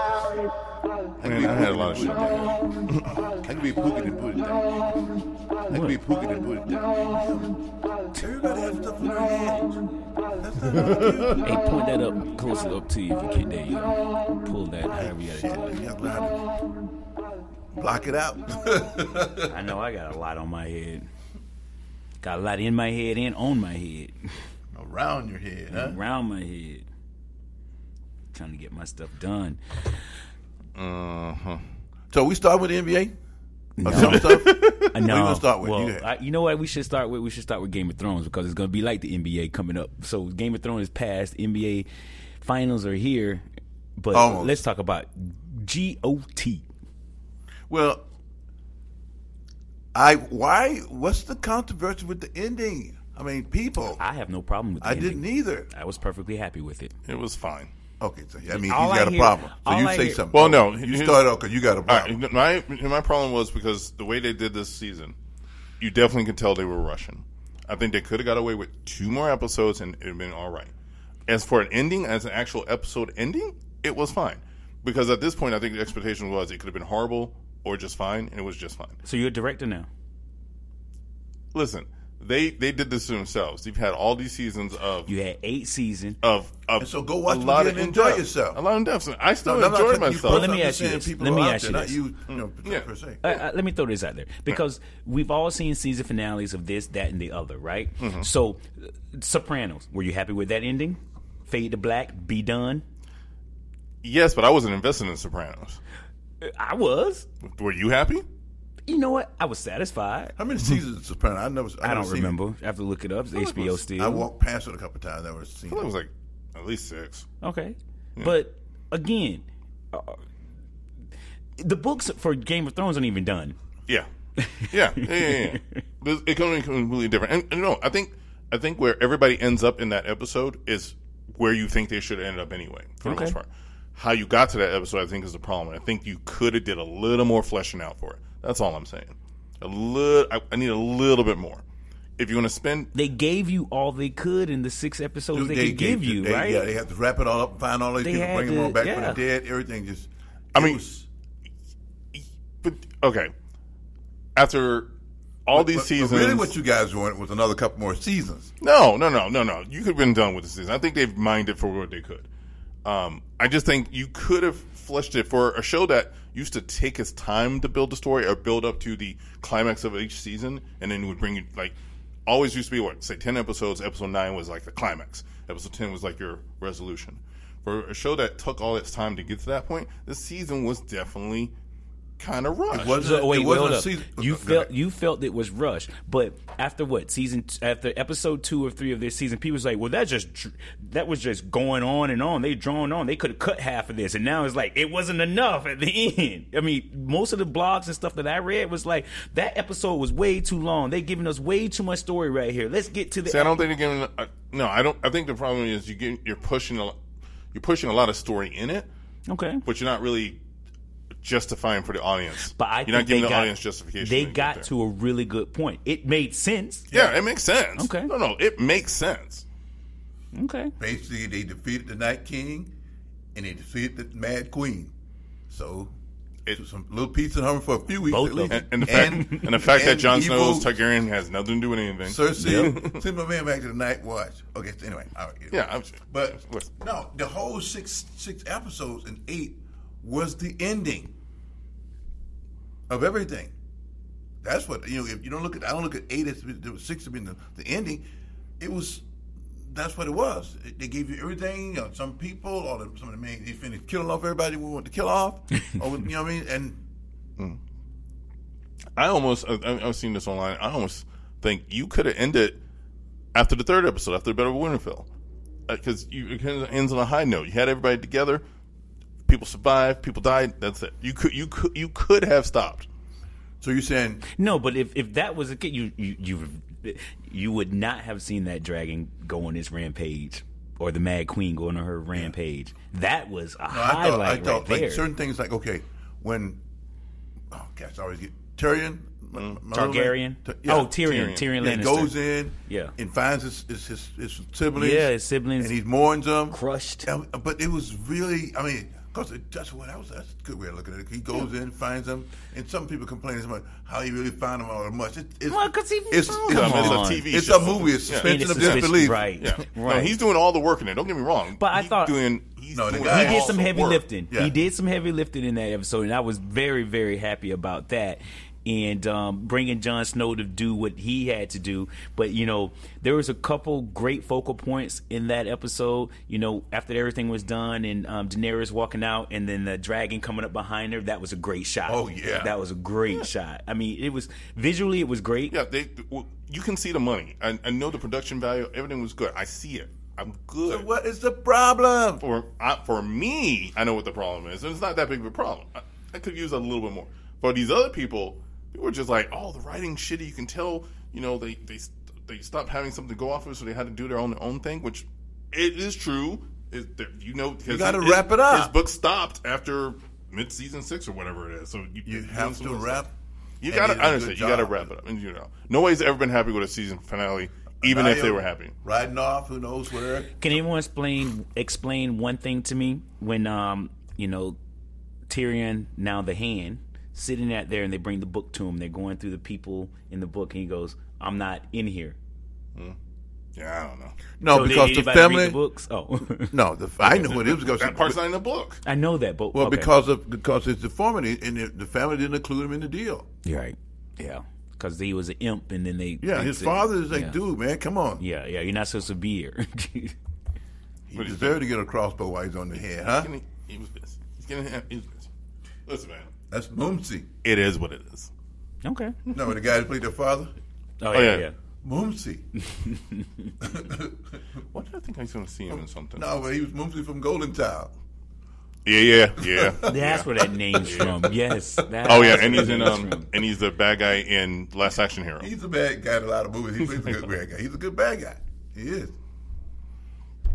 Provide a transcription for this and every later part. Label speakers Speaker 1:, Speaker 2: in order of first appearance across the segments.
Speaker 1: I
Speaker 2: Man, I had a lot of shit.
Speaker 1: could be pooking and put it down. I could be pooking and put it down.
Speaker 3: Everybody has stuff in their hands.
Speaker 4: Hey, point that up closer up to you if you can. There you go. Pull that however you gotta do
Speaker 3: Y'all got it. Block it out.
Speaker 4: it. I know I got a lot on my head. Got a lot in my head and on my head.
Speaker 3: Around your head, huh?
Speaker 4: Around my head. Trying to get my stuff done.
Speaker 3: So we start with the NBA?
Speaker 4: No.
Speaker 3: Or some stuff?
Speaker 4: Uh, no.
Speaker 3: gonna start with?
Speaker 4: Well,
Speaker 3: You had-
Speaker 4: I- you know what? We should start with. We should start with Game of Thrones because it's gonna be like the NBA coming up. So Game of Thrones is past. NBA finals are here, but
Speaker 3: Almost.
Speaker 4: let's talk about GOT.
Speaker 3: Well, I why? What's the controversy with the ending? I mean, people. I,
Speaker 4: I have no problem with. The ending.
Speaker 3: didn't either.
Speaker 4: I was perfectly happy with it.
Speaker 2: It was fine.
Speaker 3: Okay, so I mean, he's
Speaker 4: All I
Speaker 3: got a
Speaker 4: hear-
Speaker 3: problem. So
Speaker 4: all
Speaker 3: you
Speaker 4: I
Speaker 3: say
Speaker 4: hear-
Speaker 3: something.
Speaker 2: Well, no,
Speaker 3: you
Speaker 2: here's-
Speaker 3: start out because you got a
Speaker 2: All
Speaker 3: problem.
Speaker 2: right, my my problem was because the way they did this season, you definitely could tell they were rushing. I think they could have got away with two more episodes and it'd have been all right. As for an ending, as an actual episode ending, it was fine because at this point, I think the expectation was it could have been horrible or just fine, and it was just fine.
Speaker 4: So you're a director now.
Speaker 2: Listen, they they did this to themselves. You've had all these seasons of
Speaker 4: You had eight season.
Speaker 2: of of
Speaker 3: And so go watch
Speaker 2: a
Speaker 3: it
Speaker 2: lot
Speaker 3: again
Speaker 2: of
Speaker 3: and enjoy
Speaker 2: in-depth.
Speaker 3: yourself.
Speaker 2: A lot of in-depth. I still
Speaker 3: No, I'm not
Speaker 2: enjoyed
Speaker 3: saying you
Speaker 2: myself. Hmm.
Speaker 4: Well, let
Speaker 3: I'm
Speaker 4: me
Speaker 3: just
Speaker 4: ask you
Speaker 3: saying
Speaker 4: this.
Speaker 3: people
Speaker 4: Let me
Speaker 3: out
Speaker 4: ask
Speaker 3: there,
Speaker 4: you
Speaker 3: not
Speaker 4: this.
Speaker 3: You, you know, per-
Speaker 2: Yeah.
Speaker 3: per se.
Speaker 4: Uh, uh, let me throw this out there because we've all seen season finales of this, that, and the other, right?
Speaker 3: Mm-hmm.
Speaker 4: So, uh, Sopranos. Were you happy with that ending? Fade to black. Be done.
Speaker 2: Yes, but I wasn't invested in Sopranos.
Speaker 4: Uh, I was.
Speaker 2: Were you happy?
Speaker 4: You know what? I was satisfied.
Speaker 3: How many seasons is Soprano? I never.
Speaker 4: I
Speaker 3: never
Speaker 4: don't
Speaker 3: seen it.
Speaker 4: remember. I have to look it up. It's HBO
Speaker 3: I
Speaker 4: still.
Speaker 3: walked past it a couple times. I never seen.
Speaker 2: I think it
Speaker 3: It.
Speaker 2: was like at least six.
Speaker 4: Okay. But again, uh, the books for Game of Thrones aren't even done.
Speaker 2: Yeah, yeah, yeah, yeah. yeah. This- it could be completely different. And, and no, I think I think where everybody ends up in that episode is where you think they should end up anyway, for the most
Speaker 4: Okay.
Speaker 2: part. How you got to that episode, I think, is the problem. And I think you could have did a little more fleshing out for it. That's all I'm saying. A little. I, I need a little bit more. If you want to spend
Speaker 4: They gave you all they could in the six episodes they,
Speaker 3: gave-
Speaker 4: could give you,
Speaker 3: they-
Speaker 4: right?
Speaker 3: Yeah, they had to wrap it all up, find all these
Speaker 4: They
Speaker 3: people,
Speaker 4: had
Speaker 3: bring them
Speaker 4: to-
Speaker 3: all back
Speaker 4: yeah.
Speaker 3: from the dead. Everything just.
Speaker 2: I
Speaker 3: it
Speaker 2: mean,
Speaker 3: was-
Speaker 2: But okay, after all these
Speaker 3: but- but
Speaker 2: seasons,
Speaker 3: Really, what you guys wanted was another couple more seasons.
Speaker 2: no, no, no, no, no. You could have been done with the season. I think they've mined it for what they could. Um, I just think you could have fleshed it for a show that used to take its time to build the story or build up to the climax of each season, and then would bring you like always used to be what say ten episodes. Episode nine was like the climax. Episode ten was like your resolution. For a show that took all its time to get to that point, this season was definitely kind of rushed.
Speaker 3: It wasn't.
Speaker 4: Uh, So, wait,
Speaker 3: it
Speaker 4: wait,
Speaker 3: wasn't
Speaker 4: hold
Speaker 3: a
Speaker 4: up.
Speaker 3: season. Oh, uh,
Speaker 4: You
Speaker 3: Go
Speaker 4: felt
Speaker 3: ahead.
Speaker 4: you felt it was rushed, but after what season? t- After episode two or three of this season, people was like, "Well, that just dr- that was just going on and on. They drawn on. They could have cut half of this, and now it's like it wasn't enough at the end. I mean, most of the blogs and stuff that I read was like that episode was way too long. They giving us way too much story right here. Let's get to the
Speaker 2: See, I don't think they're giving. Uh, no, I don't. I think the problem is you get, you're pushing a, lo- you're pushing a lot of story in it,
Speaker 4: e-" okay.
Speaker 2: but you're not really justifying for the audience.
Speaker 4: But I
Speaker 2: you're
Speaker 4: think
Speaker 2: not giving
Speaker 4: they
Speaker 2: the
Speaker 4: got,
Speaker 2: audience justification.
Speaker 4: They
Speaker 2: to get
Speaker 4: got
Speaker 2: there.
Speaker 4: to a really good point. It made sense.
Speaker 2: Yeah, it makes sense.
Speaker 4: Okay.
Speaker 2: No, no, it makes sense.
Speaker 4: Okay.
Speaker 3: Basically, they defeated the Night King, and they defeated the Mad Queen. So.
Speaker 2: It-
Speaker 3: It, some little peace and harmony for a few weeks
Speaker 4: Both
Speaker 3: at
Speaker 4: of
Speaker 3: least.
Speaker 4: them.
Speaker 2: And, and the fact and, the fact that
Speaker 3: and
Speaker 2: Jon
Speaker 3: evil
Speaker 2: Snow's Targaryen has nothing to do with anything.
Speaker 3: Cersei, send my man back to the Night Watch. Okay, so anyway, all right.
Speaker 2: Yeah, I'm-
Speaker 3: but
Speaker 2: Listen.
Speaker 3: no, the whole six six episodes and eight was the ending of everything. That's what you know. If you don't look at, I don't look at eight as there was six as being the, the ending. It was. That's what it was. It- They gave you everything. You know, some people, or the, some of the main, they finished killing off everybody we want to kill off. or, you know what I mean? And
Speaker 2: I almost I, I- I've seen this online. I almost think you could have ended after the third episode, after Better Winterfell, because you it kinda ends on a high note. You had everybody together. People survived. People died. That's it. You could you could you could have stopped.
Speaker 3: so you're saying
Speaker 4: No, but if, if that was the case, you, you you you would not have seen that dragon go on its rampage or the Mad Queen going on her rampage. That was a
Speaker 3: No,
Speaker 4: highlight right
Speaker 3: like
Speaker 4: there.
Speaker 3: certain things like okay, when oh gosh, I always get Tyrion my- my little
Speaker 4: Mm-hmm. Targaryen.
Speaker 3: man- T- yeah.
Speaker 4: Oh, Tyrion.
Speaker 2: Tyrion.
Speaker 4: Tyrion
Speaker 3: Yeah,
Speaker 4: Lannister.
Speaker 3: he goes in,
Speaker 4: Yeah.
Speaker 3: and finds his his, his his siblings,
Speaker 4: Yeah, his siblings.
Speaker 3: and he mourns them.
Speaker 4: crushed.
Speaker 3: And- but it was really, I mean, because that's what I was. That's a good way of looking at it. He goes in, finds them, and some people complain as much how he really found them or much. It, it's,
Speaker 4: Well, 'cause he
Speaker 3: it's,
Speaker 4: found
Speaker 3: it's,
Speaker 4: them.
Speaker 2: I mean,
Speaker 4: on.
Speaker 2: it's a TV
Speaker 3: it's
Speaker 2: show.
Speaker 3: a movie. It's
Speaker 2: Yeah.
Speaker 3: suspension
Speaker 4: And it's
Speaker 3: of
Speaker 4: suspension,
Speaker 3: disbelief.
Speaker 4: right.
Speaker 2: Yeah.
Speaker 4: Right.
Speaker 2: No, he's doing all the work in it. Don't get me wrong.
Speaker 4: But I
Speaker 2: He's
Speaker 4: thought-
Speaker 2: doing. He's
Speaker 3: No, the
Speaker 2: doing
Speaker 3: guy-
Speaker 2: all
Speaker 3: He
Speaker 4: he did
Speaker 3: all
Speaker 4: some
Speaker 2: the
Speaker 4: heavy
Speaker 2: work.
Speaker 4: lifting.
Speaker 3: Yeah.
Speaker 4: He did some heavy lifting in that episode, and I was very, very happy about that. And um, bringing Jon Snow to do what he had to do, but you know there was a couple great focal points in that episode. You know, after everything was done and um, Daenerys walking out, and then the dragon coming up behind her, that was a great shot.
Speaker 3: Oh, yeah.
Speaker 4: that was a great shot. I mean, it was visually it was great.
Speaker 2: Yeah, they. Well, you can see the money. I, I know the production value. Everything was good. I see it. I'm good.
Speaker 3: What is the problem?
Speaker 2: for I, for me, I know what the problem is, and it's not that big of a problem. I, I could use a little bit more. For these other people, people were just like, "Oh, the writing shitty." You can tell, you know, they they they stopped having something to go off of, so they had to do their own own thing, which it is true. It, there- you know, because
Speaker 3: You gotta wrap it up.
Speaker 2: His book stopped after mid season six or whatever it is, so you,
Speaker 3: You
Speaker 2: you're doing
Speaker 3: have
Speaker 2: some
Speaker 3: to
Speaker 2: other stuff.
Speaker 3: wrap.
Speaker 2: You
Speaker 3: and
Speaker 2: got
Speaker 3: they
Speaker 2: to
Speaker 3: did a
Speaker 2: honestly,
Speaker 3: good
Speaker 2: you got to
Speaker 3: job.
Speaker 2: wrap it up. And you know, nobody's ever been happy with a season finale, even if they
Speaker 3: Anaya
Speaker 2: were happy.
Speaker 3: Riding off, who knows where?
Speaker 4: Can anyone explain explain one thing to me when um you know Tyrion now the hand sitting out there and they bring the book to him they're going through the people in the book and he goes I'm not in here
Speaker 2: Yeah, I don't know.
Speaker 3: No,
Speaker 4: So did
Speaker 3: Oh, because the
Speaker 4: anybody read
Speaker 3: family.
Speaker 4: the books oh
Speaker 3: no, the, I know what it was. Because
Speaker 2: That part's not in the book.
Speaker 4: I know that but
Speaker 3: well,
Speaker 4: okay.
Speaker 3: because of because his deformity, and the, the family didn't include him in the deal.
Speaker 4: you're right yeah because he was an imp and then they
Speaker 3: Yeah, his
Speaker 4: it's a-
Speaker 3: father is like,
Speaker 4: yeah.
Speaker 3: dude, man, come on.
Speaker 4: yeah yeah you're not supposed to be here
Speaker 3: He deserved to get a crossbow while he's on the head, huh?
Speaker 2: getting, he was busy. He's getting, he was busy. Listen, man.
Speaker 3: That's Moomsy.
Speaker 2: It is what it is.
Speaker 4: okay oh,
Speaker 3: No, the guy that played their father,
Speaker 4: yeah,
Speaker 2: yeah.
Speaker 4: yeah
Speaker 3: Moomsy.
Speaker 2: What did I think I was going to see him in something?
Speaker 3: No, but he was Moomsy from Golden Child.
Speaker 2: Yeah, yeah, yeah.
Speaker 4: that's where that name's from yes that's
Speaker 2: Oh yeah,
Speaker 4: where
Speaker 2: and
Speaker 4: that
Speaker 2: he's in
Speaker 4: name's
Speaker 2: um,
Speaker 4: from.
Speaker 2: and he's the bad guy in Last Action Hero.
Speaker 3: He's a bad guy in a lot of movies. He plays a good bad guy. He's a good bad guy. He is.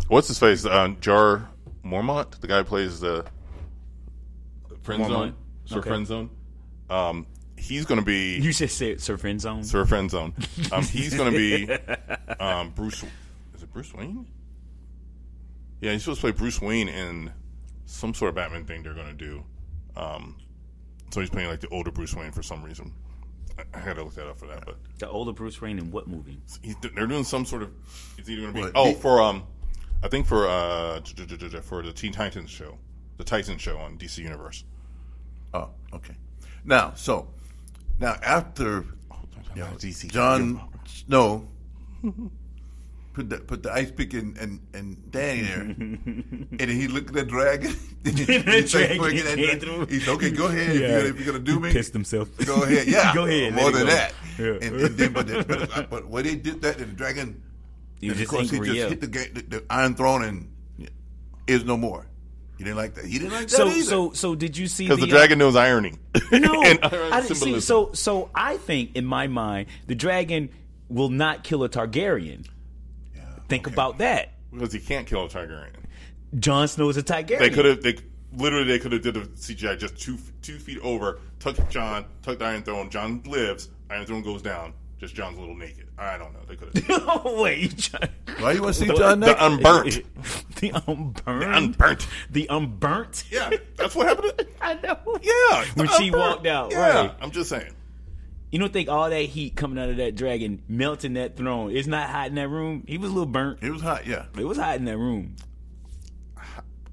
Speaker 2: What's his face? Uh, Jar Mormont, the guy who plays the friend
Speaker 4: Mormont?
Speaker 2: zone, Sir
Speaker 4: Okay.
Speaker 2: Friend Zone. Um, he's going to be
Speaker 4: you should say Sir Friendzone
Speaker 2: Sir Friend Zone. Um, he's going to be um, Bruce. Is it Bruce Wayne? Yeah, he's supposed to play Bruce Wayne in some sort of Batman thing they're going to do. Um, so he's playing like the older Bruce Wayne for some reason. I, I had to look that up for that, but
Speaker 4: the older Bruce Wayne in what movie
Speaker 2: he's, they're doing some sort of. It's either going to be
Speaker 3: What,
Speaker 2: oh
Speaker 3: he-
Speaker 2: for um, I think for uh t- t- t- t- for the Teen Titans show, the Titans show on DC Universe.
Speaker 3: Oh, okay. Now, so now after
Speaker 2: Yeah, DC.
Speaker 3: John Snow put the, put the ice pick in and and Danny there, and then he looked at that dragon. he
Speaker 4: That
Speaker 3: said,
Speaker 4: dragon
Speaker 3: "Look at that
Speaker 4: came
Speaker 3: dragon."
Speaker 4: through.
Speaker 3: He said, "Okay, go ahead. If,
Speaker 4: Yeah.
Speaker 3: you're, gonna- if you're gonna do
Speaker 4: He
Speaker 3: me,
Speaker 4: pissed himself.
Speaker 3: Go ahead. Yeah,
Speaker 4: Go ahead,
Speaker 3: More
Speaker 4: let
Speaker 3: than
Speaker 4: it
Speaker 3: that.
Speaker 4: go. Yeah.
Speaker 3: And, and then, but, the, but, uh, but when they did that, the dragon,
Speaker 4: You
Speaker 3: and
Speaker 4: just
Speaker 3: of course, he
Speaker 4: angry,
Speaker 3: just
Speaker 4: yeah.
Speaker 3: hit the, ga- the, the Iron Throne and is no more. He didn't like that. He didn't like that
Speaker 4: So
Speaker 3: either.
Speaker 4: so so did you see
Speaker 2: because the
Speaker 4: uh,
Speaker 2: dragon knows irony.
Speaker 4: no,
Speaker 2: and iron
Speaker 4: I didn't see.
Speaker 2: symbolism.
Speaker 4: So so I think in my mind the dragon will not kill a Targaryen. think about that.
Speaker 2: because he can't kill a Targaryen.
Speaker 4: Jon Snow is a Targaryen.
Speaker 2: They could have. They literally they could have did the CGI just two two feet over. Tuck John, tuck the Iron Throne. John lives. Iron Throne goes down. Just John's a little naked. I don't know. They could have.
Speaker 4: oh wait, you try-
Speaker 3: Why you want to see John
Speaker 2: the
Speaker 3: next?
Speaker 2: unburnt.
Speaker 4: the unburnt,
Speaker 2: Unburnt.
Speaker 4: the unburnt.
Speaker 2: Yeah, that's what happened. To,
Speaker 4: I know.
Speaker 2: yeah,
Speaker 4: When
Speaker 2: the
Speaker 4: she
Speaker 2: unburnt.
Speaker 4: walked out,
Speaker 2: Yeah,
Speaker 4: right.
Speaker 2: I'm just saying.
Speaker 4: You don't think all that heat coming out of that dragon melting that throne? It's not hot in that room. He was a little burnt.
Speaker 3: It was hot. Yeah.
Speaker 4: It was hot in that room.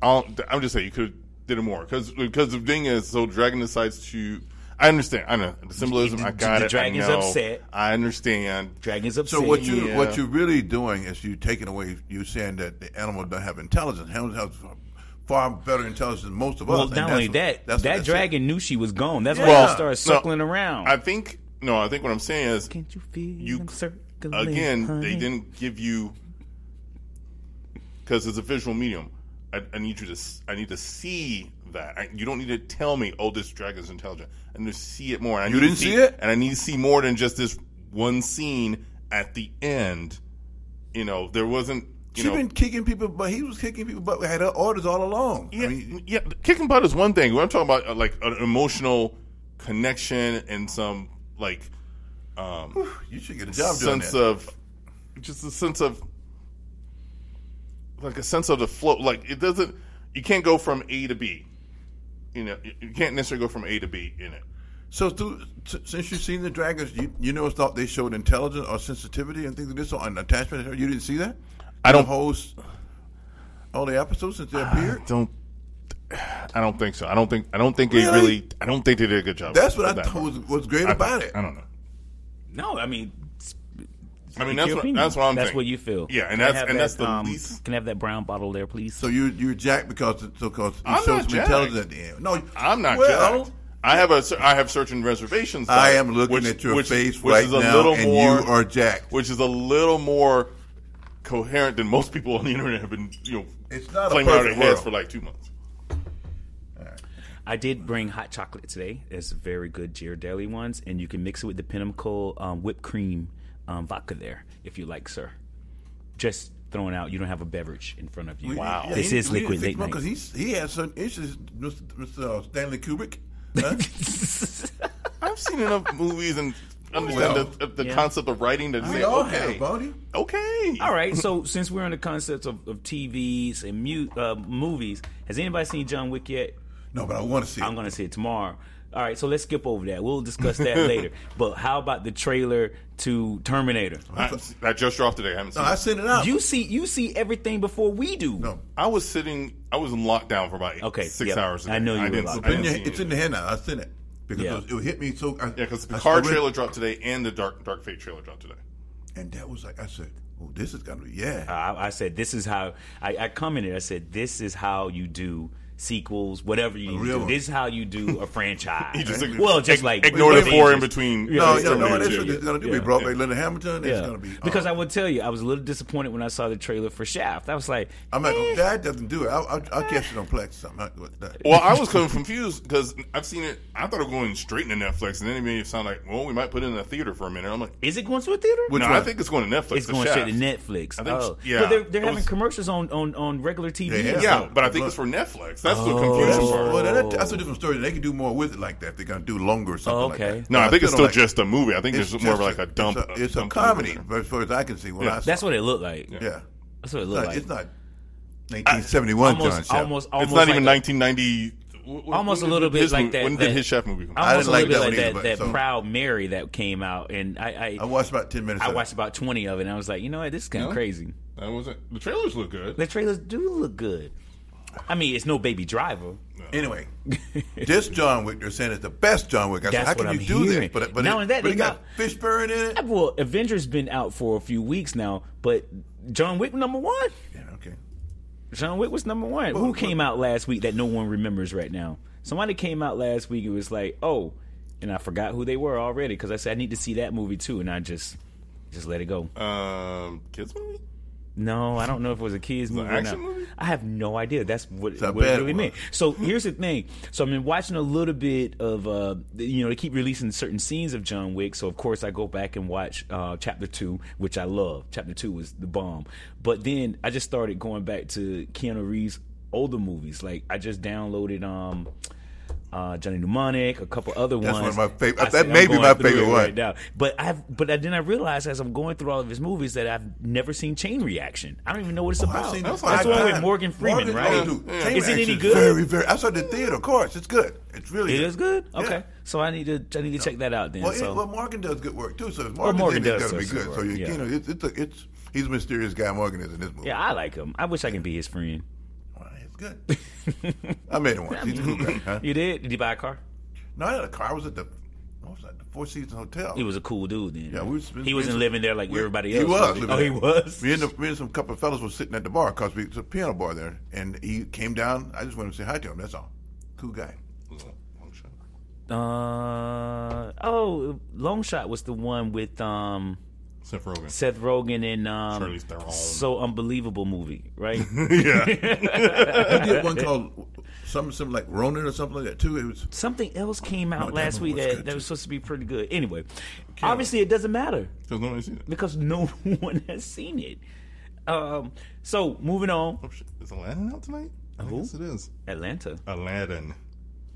Speaker 2: I'll, I'm just saying you could have did it more because the thing is, so Dragon decides to. I understand. I know the symbolism. I
Speaker 4: The-
Speaker 2: got
Speaker 4: the
Speaker 2: it.
Speaker 4: dragon's
Speaker 2: I know.
Speaker 4: upset.
Speaker 2: I understand.
Speaker 4: Dragon's upset.
Speaker 3: So what you
Speaker 2: Yeah.
Speaker 4: uh,
Speaker 3: what you're really doing is you taking away you saying that the animal don't have intelligence. Animals have far better intelligence than most of us.
Speaker 4: Well,
Speaker 3: and
Speaker 4: not
Speaker 3: that's
Speaker 4: only
Speaker 3: what-
Speaker 4: that,
Speaker 3: that's what
Speaker 4: that
Speaker 3: said.
Speaker 4: dragon knew she was gone. That's why
Speaker 2: Well,
Speaker 4: she started
Speaker 2: no,
Speaker 4: circling around.
Speaker 2: I think no. I think what I'm saying is
Speaker 4: Can't you feel
Speaker 2: you
Speaker 4: them circling?
Speaker 2: again they
Speaker 4: honey?
Speaker 2: didn't give you because it's a visual medium I, I need you to s- i need to see that I, you don't need to tell me oh this dragon's intelligent i need to see it more And I
Speaker 3: You
Speaker 2: need to
Speaker 3: didn't see it?
Speaker 2: and i need to see more than just this one scene at the end you know there wasn't you
Speaker 3: She
Speaker 2: know
Speaker 3: been kicking people, but he was kicking people, but had her orders all along.
Speaker 2: yeah,
Speaker 3: I mean,
Speaker 2: yeah, kicking butt is one thing. What I'm talking about, uh, like an emotional connection and some like um
Speaker 3: You should get a job doing
Speaker 2: sense
Speaker 3: that.
Speaker 2: of just a sense of like a sense of the flow. Like it doesn't. You can't go from A to B. You know, you you can't necessarily go from A to B in it.
Speaker 3: So, through, s- since you've seen the dragons, you, you noticed thought they showed intelligence or sensitivity and things like this on attachment. You didn't see that?
Speaker 2: I don't-
Speaker 3: The whole s- all the episodes since they appeared.
Speaker 2: Ah, Don't. I don't think so. I don't think. I don't think they
Speaker 3: Really?
Speaker 2: really. I don't think they did a good job.
Speaker 3: That's what
Speaker 2: with
Speaker 3: I
Speaker 2: that
Speaker 3: thought
Speaker 2: part.
Speaker 3: was, was great about it.
Speaker 2: I don't know.
Speaker 4: No, I mean, it's-
Speaker 2: I mean,
Speaker 4: it's
Speaker 2: that's
Speaker 4: your
Speaker 2: what,
Speaker 4: opinion.
Speaker 2: that's what I'm.
Speaker 4: That's
Speaker 2: thinking.
Speaker 4: what you feel.
Speaker 2: Yeah, and
Speaker 4: I
Speaker 2: that's
Speaker 4: have
Speaker 2: and
Speaker 4: that,
Speaker 2: that's the
Speaker 4: um,
Speaker 2: least.
Speaker 4: Can I have that brown bottle there, please?
Speaker 3: So you you're jacked because so because you
Speaker 2: I'm
Speaker 3: showed
Speaker 2: not
Speaker 3: some
Speaker 2: jacked.
Speaker 3: intelligence at the end. No,
Speaker 2: I'm not
Speaker 3: well,
Speaker 2: jacked. I have a cer- I have certain reservations.
Speaker 3: I
Speaker 2: though,
Speaker 3: am looking
Speaker 2: which-
Speaker 3: at your
Speaker 2: which-
Speaker 3: face
Speaker 2: which
Speaker 3: right
Speaker 2: is a
Speaker 3: now,
Speaker 2: little
Speaker 3: and
Speaker 2: more-
Speaker 3: you are jacked.
Speaker 2: which is a little more coherent than most people on the internet have been. You know,
Speaker 3: It's not a
Speaker 2: flaming out their
Speaker 3: perfect
Speaker 2: heads
Speaker 3: world.
Speaker 2: for like two months.
Speaker 4: I did bring hot chocolate today. It's very good Ghirardelli ones, and you can mix it with the Pinnacle um, whipped cream um, vodka there if you like, sir. Just throwing out, you don't have a beverage in front of you.
Speaker 2: Wow.
Speaker 4: this is liquid late night.
Speaker 3: because he's he has some issues, Mr. Mr. Uh, Stanley Kubrick. Huh?
Speaker 2: I've seen enough movies and understand
Speaker 3: Well,
Speaker 2: the, the
Speaker 4: yeah.
Speaker 2: concept of writing to
Speaker 3: we
Speaker 2: say,
Speaker 3: all
Speaker 2: okay,
Speaker 3: have, buddy.
Speaker 2: okay,
Speaker 4: All right, so since we're on the concepts of, of TVs and mu- uh, movies, has anybody seen John Wick yet?
Speaker 3: No, but I want to see.
Speaker 4: I'm
Speaker 3: It.
Speaker 4: gonna say it tomorrow. All right, so let's skip over that. We'll discuss that later. But how about the trailer to Terminator?
Speaker 2: I, I just dropped today. I haven't seen.
Speaker 3: No,
Speaker 2: it.
Speaker 3: I sent it out.
Speaker 4: You see, you see everything before we do.
Speaker 3: no,
Speaker 2: I was sitting. I was in lockdown for about eight,
Speaker 4: Okay,
Speaker 2: six
Speaker 4: yep.
Speaker 2: hours. a
Speaker 4: I
Speaker 2: day.
Speaker 4: know you were
Speaker 2: didn't-
Speaker 4: locked
Speaker 2: I
Speaker 3: in
Speaker 2: didn't
Speaker 3: your,
Speaker 2: see
Speaker 3: it's
Speaker 2: it.
Speaker 3: in the hand now. I sent it because
Speaker 4: Yeah.
Speaker 3: it, was- it hit me so. I,
Speaker 2: Yeah, because the
Speaker 3: I- I
Speaker 2: Picard
Speaker 3: read-
Speaker 2: trailer dropped today and the Dark Dark Fate trailer dropped today.
Speaker 3: and that was like I said, "Oh, this is gonna be yeah."
Speaker 4: I, I said this is how I, I commented. I said this is how you do sequels, whatever you need
Speaker 3: real
Speaker 4: to do.
Speaker 3: one.
Speaker 4: This is how you do a franchise.
Speaker 2: You just ig-
Speaker 4: well, just
Speaker 2: ig-
Speaker 4: like
Speaker 2: ignore the
Speaker 3: wait,
Speaker 2: four
Speaker 4: Avengers.
Speaker 2: in between.
Speaker 3: no,
Speaker 2: It's
Speaker 3: no, no,
Speaker 2: Terminator
Speaker 3: that's
Speaker 2: two.
Speaker 3: what it's gonna do.
Speaker 4: Yeah.
Speaker 3: We brought back Linda Hamilton. It's
Speaker 4: Yeah.
Speaker 3: gonna be
Speaker 4: because
Speaker 3: uh,
Speaker 4: I will tell you, I was a little disappointed when I saw the trailer for Shaft. I was like,
Speaker 3: I'm not
Speaker 4: Eh.
Speaker 3: gonna, that doesn't do it. I, I, I'll catch it on Plex. I'm not gonna, that.
Speaker 2: Well, I was kind of confused because I've seen it. I thought it was going straight into Netflix, and then it made it sound like, well, we might put it in the theater for a minute. I'm like,
Speaker 4: "Is it going to a theater?"
Speaker 2: no, I
Speaker 3: one?
Speaker 2: think it's going to Netflix.
Speaker 4: it's
Speaker 2: The
Speaker 4: going
Speaker 2: Shaft.
Speaker 4: straight to Netflix.
Speaker 2: I think-
Speaker 4: oh,
Speaker 2: yeah.
Speaker 4: But they're, they're
Speaker 2: It
Speaker 4: having
Speaker 2: was-
Speaker 4: commercials on, on, on regular TV.
Speaker 3: They have.
Speaker 2: Yeah, but I think it's for Netflix. That's
Speaker 4: Oh.
Speaker 2: the confusing part.
Speaker 3: Well, that, that's a different story. They can do more with it like that. They're gonna do longer or something. like
Speaker 4: Oh, okay.
Speaker 3: that.
Speaker 2: No, I think it's
Speaker 3: still
Speaker 2: still
Speaker 3: like-
Speaker 2: just a movie. I think
Speaker 3: It's
Speaker 2: there's more of
Speaker 3: just
Speaker 2: like a dump.
Speaker 3: It's a, it's a
Speaker 2: dump
Speaker 3: comedy,
Speaker 2: movie.
Speaker 3: but as far as I can see. What
Speaker 2: Yeah.
Speaker 3: I saw.
Speaker 4: That's what it looked like.
Speaker 3: yeah.
Speaker 4: That's what it
Speaker 3: It's
Speaker 4: looked
Speaker 3: not,
Speaker 4: like.
Speaker 3: it's not 1971, John.
Speaker 4: almost,
Speaker 3: Shaft.
Speaker 4: almost,
Speaker 2: It's
Speaker 4: almost,
Speaker 2: not even
Speaker 4: like
Speaker 2: 1990. wh- wh-
Speaker 4: Almost
Speaker 2: when
Speaker 4: a
Speaker 2: did
Speaker 4: little bit
Speaker 2: his
Speaker 4: like
Speaker 2: movie-
Speaker 4: that-
Speaker 2: When did
Speaker 4: that-
Speaker 2: his Chef movie come
Speaker 4: a-
Speaker 2: out?
Speaker 3: I
Speaker 4: almost
Speaker 3: didn't
Speaker 4: a
Speaker 3: like that
Speaker 4: little bit like
Speaker 3: one either,
Speaker 4: that,
Speaker 3: but
Speaker 4: that
Speaker 3: so-
Speaker 4: Proud Mary that came out, and I,
Speaker 3: I
Speaker 4: I,
Speaker 3: watched about 10 minutes.
Speaker 4: I
Speaker 3: of it.
Speaker 4: watched about twenty of it, and I was like, you know what, this is kind of
Speaker 2: No.
Speaker 4: crazy.
Speaker 2: That wasn't. The trailers look good.
Speaker 4: The trailers do look good. I mean, it's no Baby Driver.
Speaker 3: Anyway, this John Wick, they're saying it's the best John Wick. I said,
Speaker 4: That's
Speaker 3: how can
Speaker 4: what
Speaker 3: you
Speaker 4: I'm
Speaker 3: do
Speaker 4: hearing.
Speaker 3: this? But, but
Speaker 4: Not
Speaker 3: it,
Speaker 4: only that,
Speaker 3: but
Speaker 4: they
Speaker 3: it got fish burn in it.
Speaker 4: Well, Avengers been out for a few weeks now, but John Wick number one.
Speaker 3: Yeah, okay.
Speaker 4: John Wick was number one. Who came out last week that no one remembers right now? Somebody came out last week. It was like, oh, and I forgot who they were already because I said I need to see that movie too, and I just just let it go.
Speaker 2: Um, kids movie.
Speaker 4: No, I don't know if it was a kids movie. or
Speaker 2: action
Speaker 4: not.
Speaker 2: movie?
Speaker 4: I have no idea. That's what,
Speaker 3: I
Speaker 4: what
Speaker 3: bet it
Speaker 4: it really
Speaker 3: was.
Speaker 4: meant. So here's the thing. So I've been watching a little bit of, uh, you know, they keep releasing certain scenes of John Wick. So of course I go back and watch uh, Chapter Two, which I love. Chapter Two was the bomb. But then I just started going back to Keanu Reeves' older movies. Like I just downloaded. um uh, Johnny Mnemonic, a couple other
Speaker 3: That's one
Speaker 4: ones.
Speaker 3: of my favorite-
Speaker 4: I
Speaker 3: that
Speaker 4: said, I'm
Speaker 3: may be
Speaker 4: going
Speaker 3: my
Speaker 4: through
Speaker 3: favorite
Speaker 4: it
Speaker 3: one.
Speaker 4: Right now. But I've but I, then I realized as I'm going through all of his movies that I've never seen Chain Reaction. I don't even know what it's about.
Speaker 3: Oh, I've seen
Speaker 4: That's
Speaker 3: that five
Speaker 4: the one with
Speaker 3: times.
Speaker 4: Morgan Freeman,
Speaker 3: Morgan-
Speaker 4: right?
Speaker 3: oh, dude,
Speaker 2: Yeah.
Speaker 3: Chain
Speaker 4: Is it any
Speaker 3: Reaction's
Speaker 4: good?
Speaker 3: Very, very. I saw the theater, of course. It's good. It's really
Speaker 4: It
Speaker 3: good.
Speaker 4: is good.
Speaker 3: Yeah.
Speaker 4: Okay, so I need to I need to check that out then.
Speaker 3: Well, it-
Speaker 4: so.
Speaker 3: well, Morgan does good work, too. So if Morgan,
Speaker 4: Morgan
Speaker 3: did it,
Speaker 4: does
Speaker 3: it's going to be good.
Speaker 4: do some
Speaker 3: So, you,
Speaker 4: work, yeah.
Speaker 3: you know, it's, it's, a, it's he's a mysterious guy, Morgan is in this movie.
Speaker 4: yeah, I like him. I wish I can be his friend.
Speaker 3: Well, It's good. I made it once. He's a cool guy. Huh?
Speaker 4: You did? Did you buy a car?
Speaker 3: No, I had a car. I was at the, what was that, the Four Seasons Hotel.
Speaker 4: He was a cool dude then.
Speaker 3: Yeah, we was-
Speaker 4: he wasn't living there like
Speaker 3: we-
Speaker 4: everybody
Speaker 3: he
Speaker 4: else.
Speaker 3: was
Speaker 4: he?
Speaker 3: living
Speaker 4: Oh, he
Speaker 3: there.
Speaker 4: was.
Speaker 3: Me and, the, me and some couple of fellas were sitting at the bar because it's a piano bar there, and he came down. I just wanted to say hi to him. That's all. Cool guy.
Speaker 4: Uh oh, Long Shot was the one with um.
Speaker 2: Seth Rogen.
Speaker 4: Seth Rogen in um,
Speaker 2: Charlize Theron.
Speaker 4: So Unbelievable movie, right?
Speaker 2: yeah.
Speaker 3: He did one called something, something like Ronin or something like that too. It was
Speaker 4: Something else came out
Speaker 3: that
Speaker 4: last
Speaker 3: movie
Speaker 4: week
Speaker 3: was
Speaker 4: that,
Speaker 3: good,
Speaker 4: that
Speaker 3: too.
Speaker 4: was supposed to be pretty good. Anyway, obviously it doesn't matter
Speaker 2: Does nobody see that?
Speaker 4: because no one has seen it. Um, so moving on,
Speaker 2: Oh, shit. Is Aladdin out tonight? I
Speaker 4: Who?
Speaker 2: guess it is.
Speaker 4: Atlanta.
Speaker 2: Aladdin.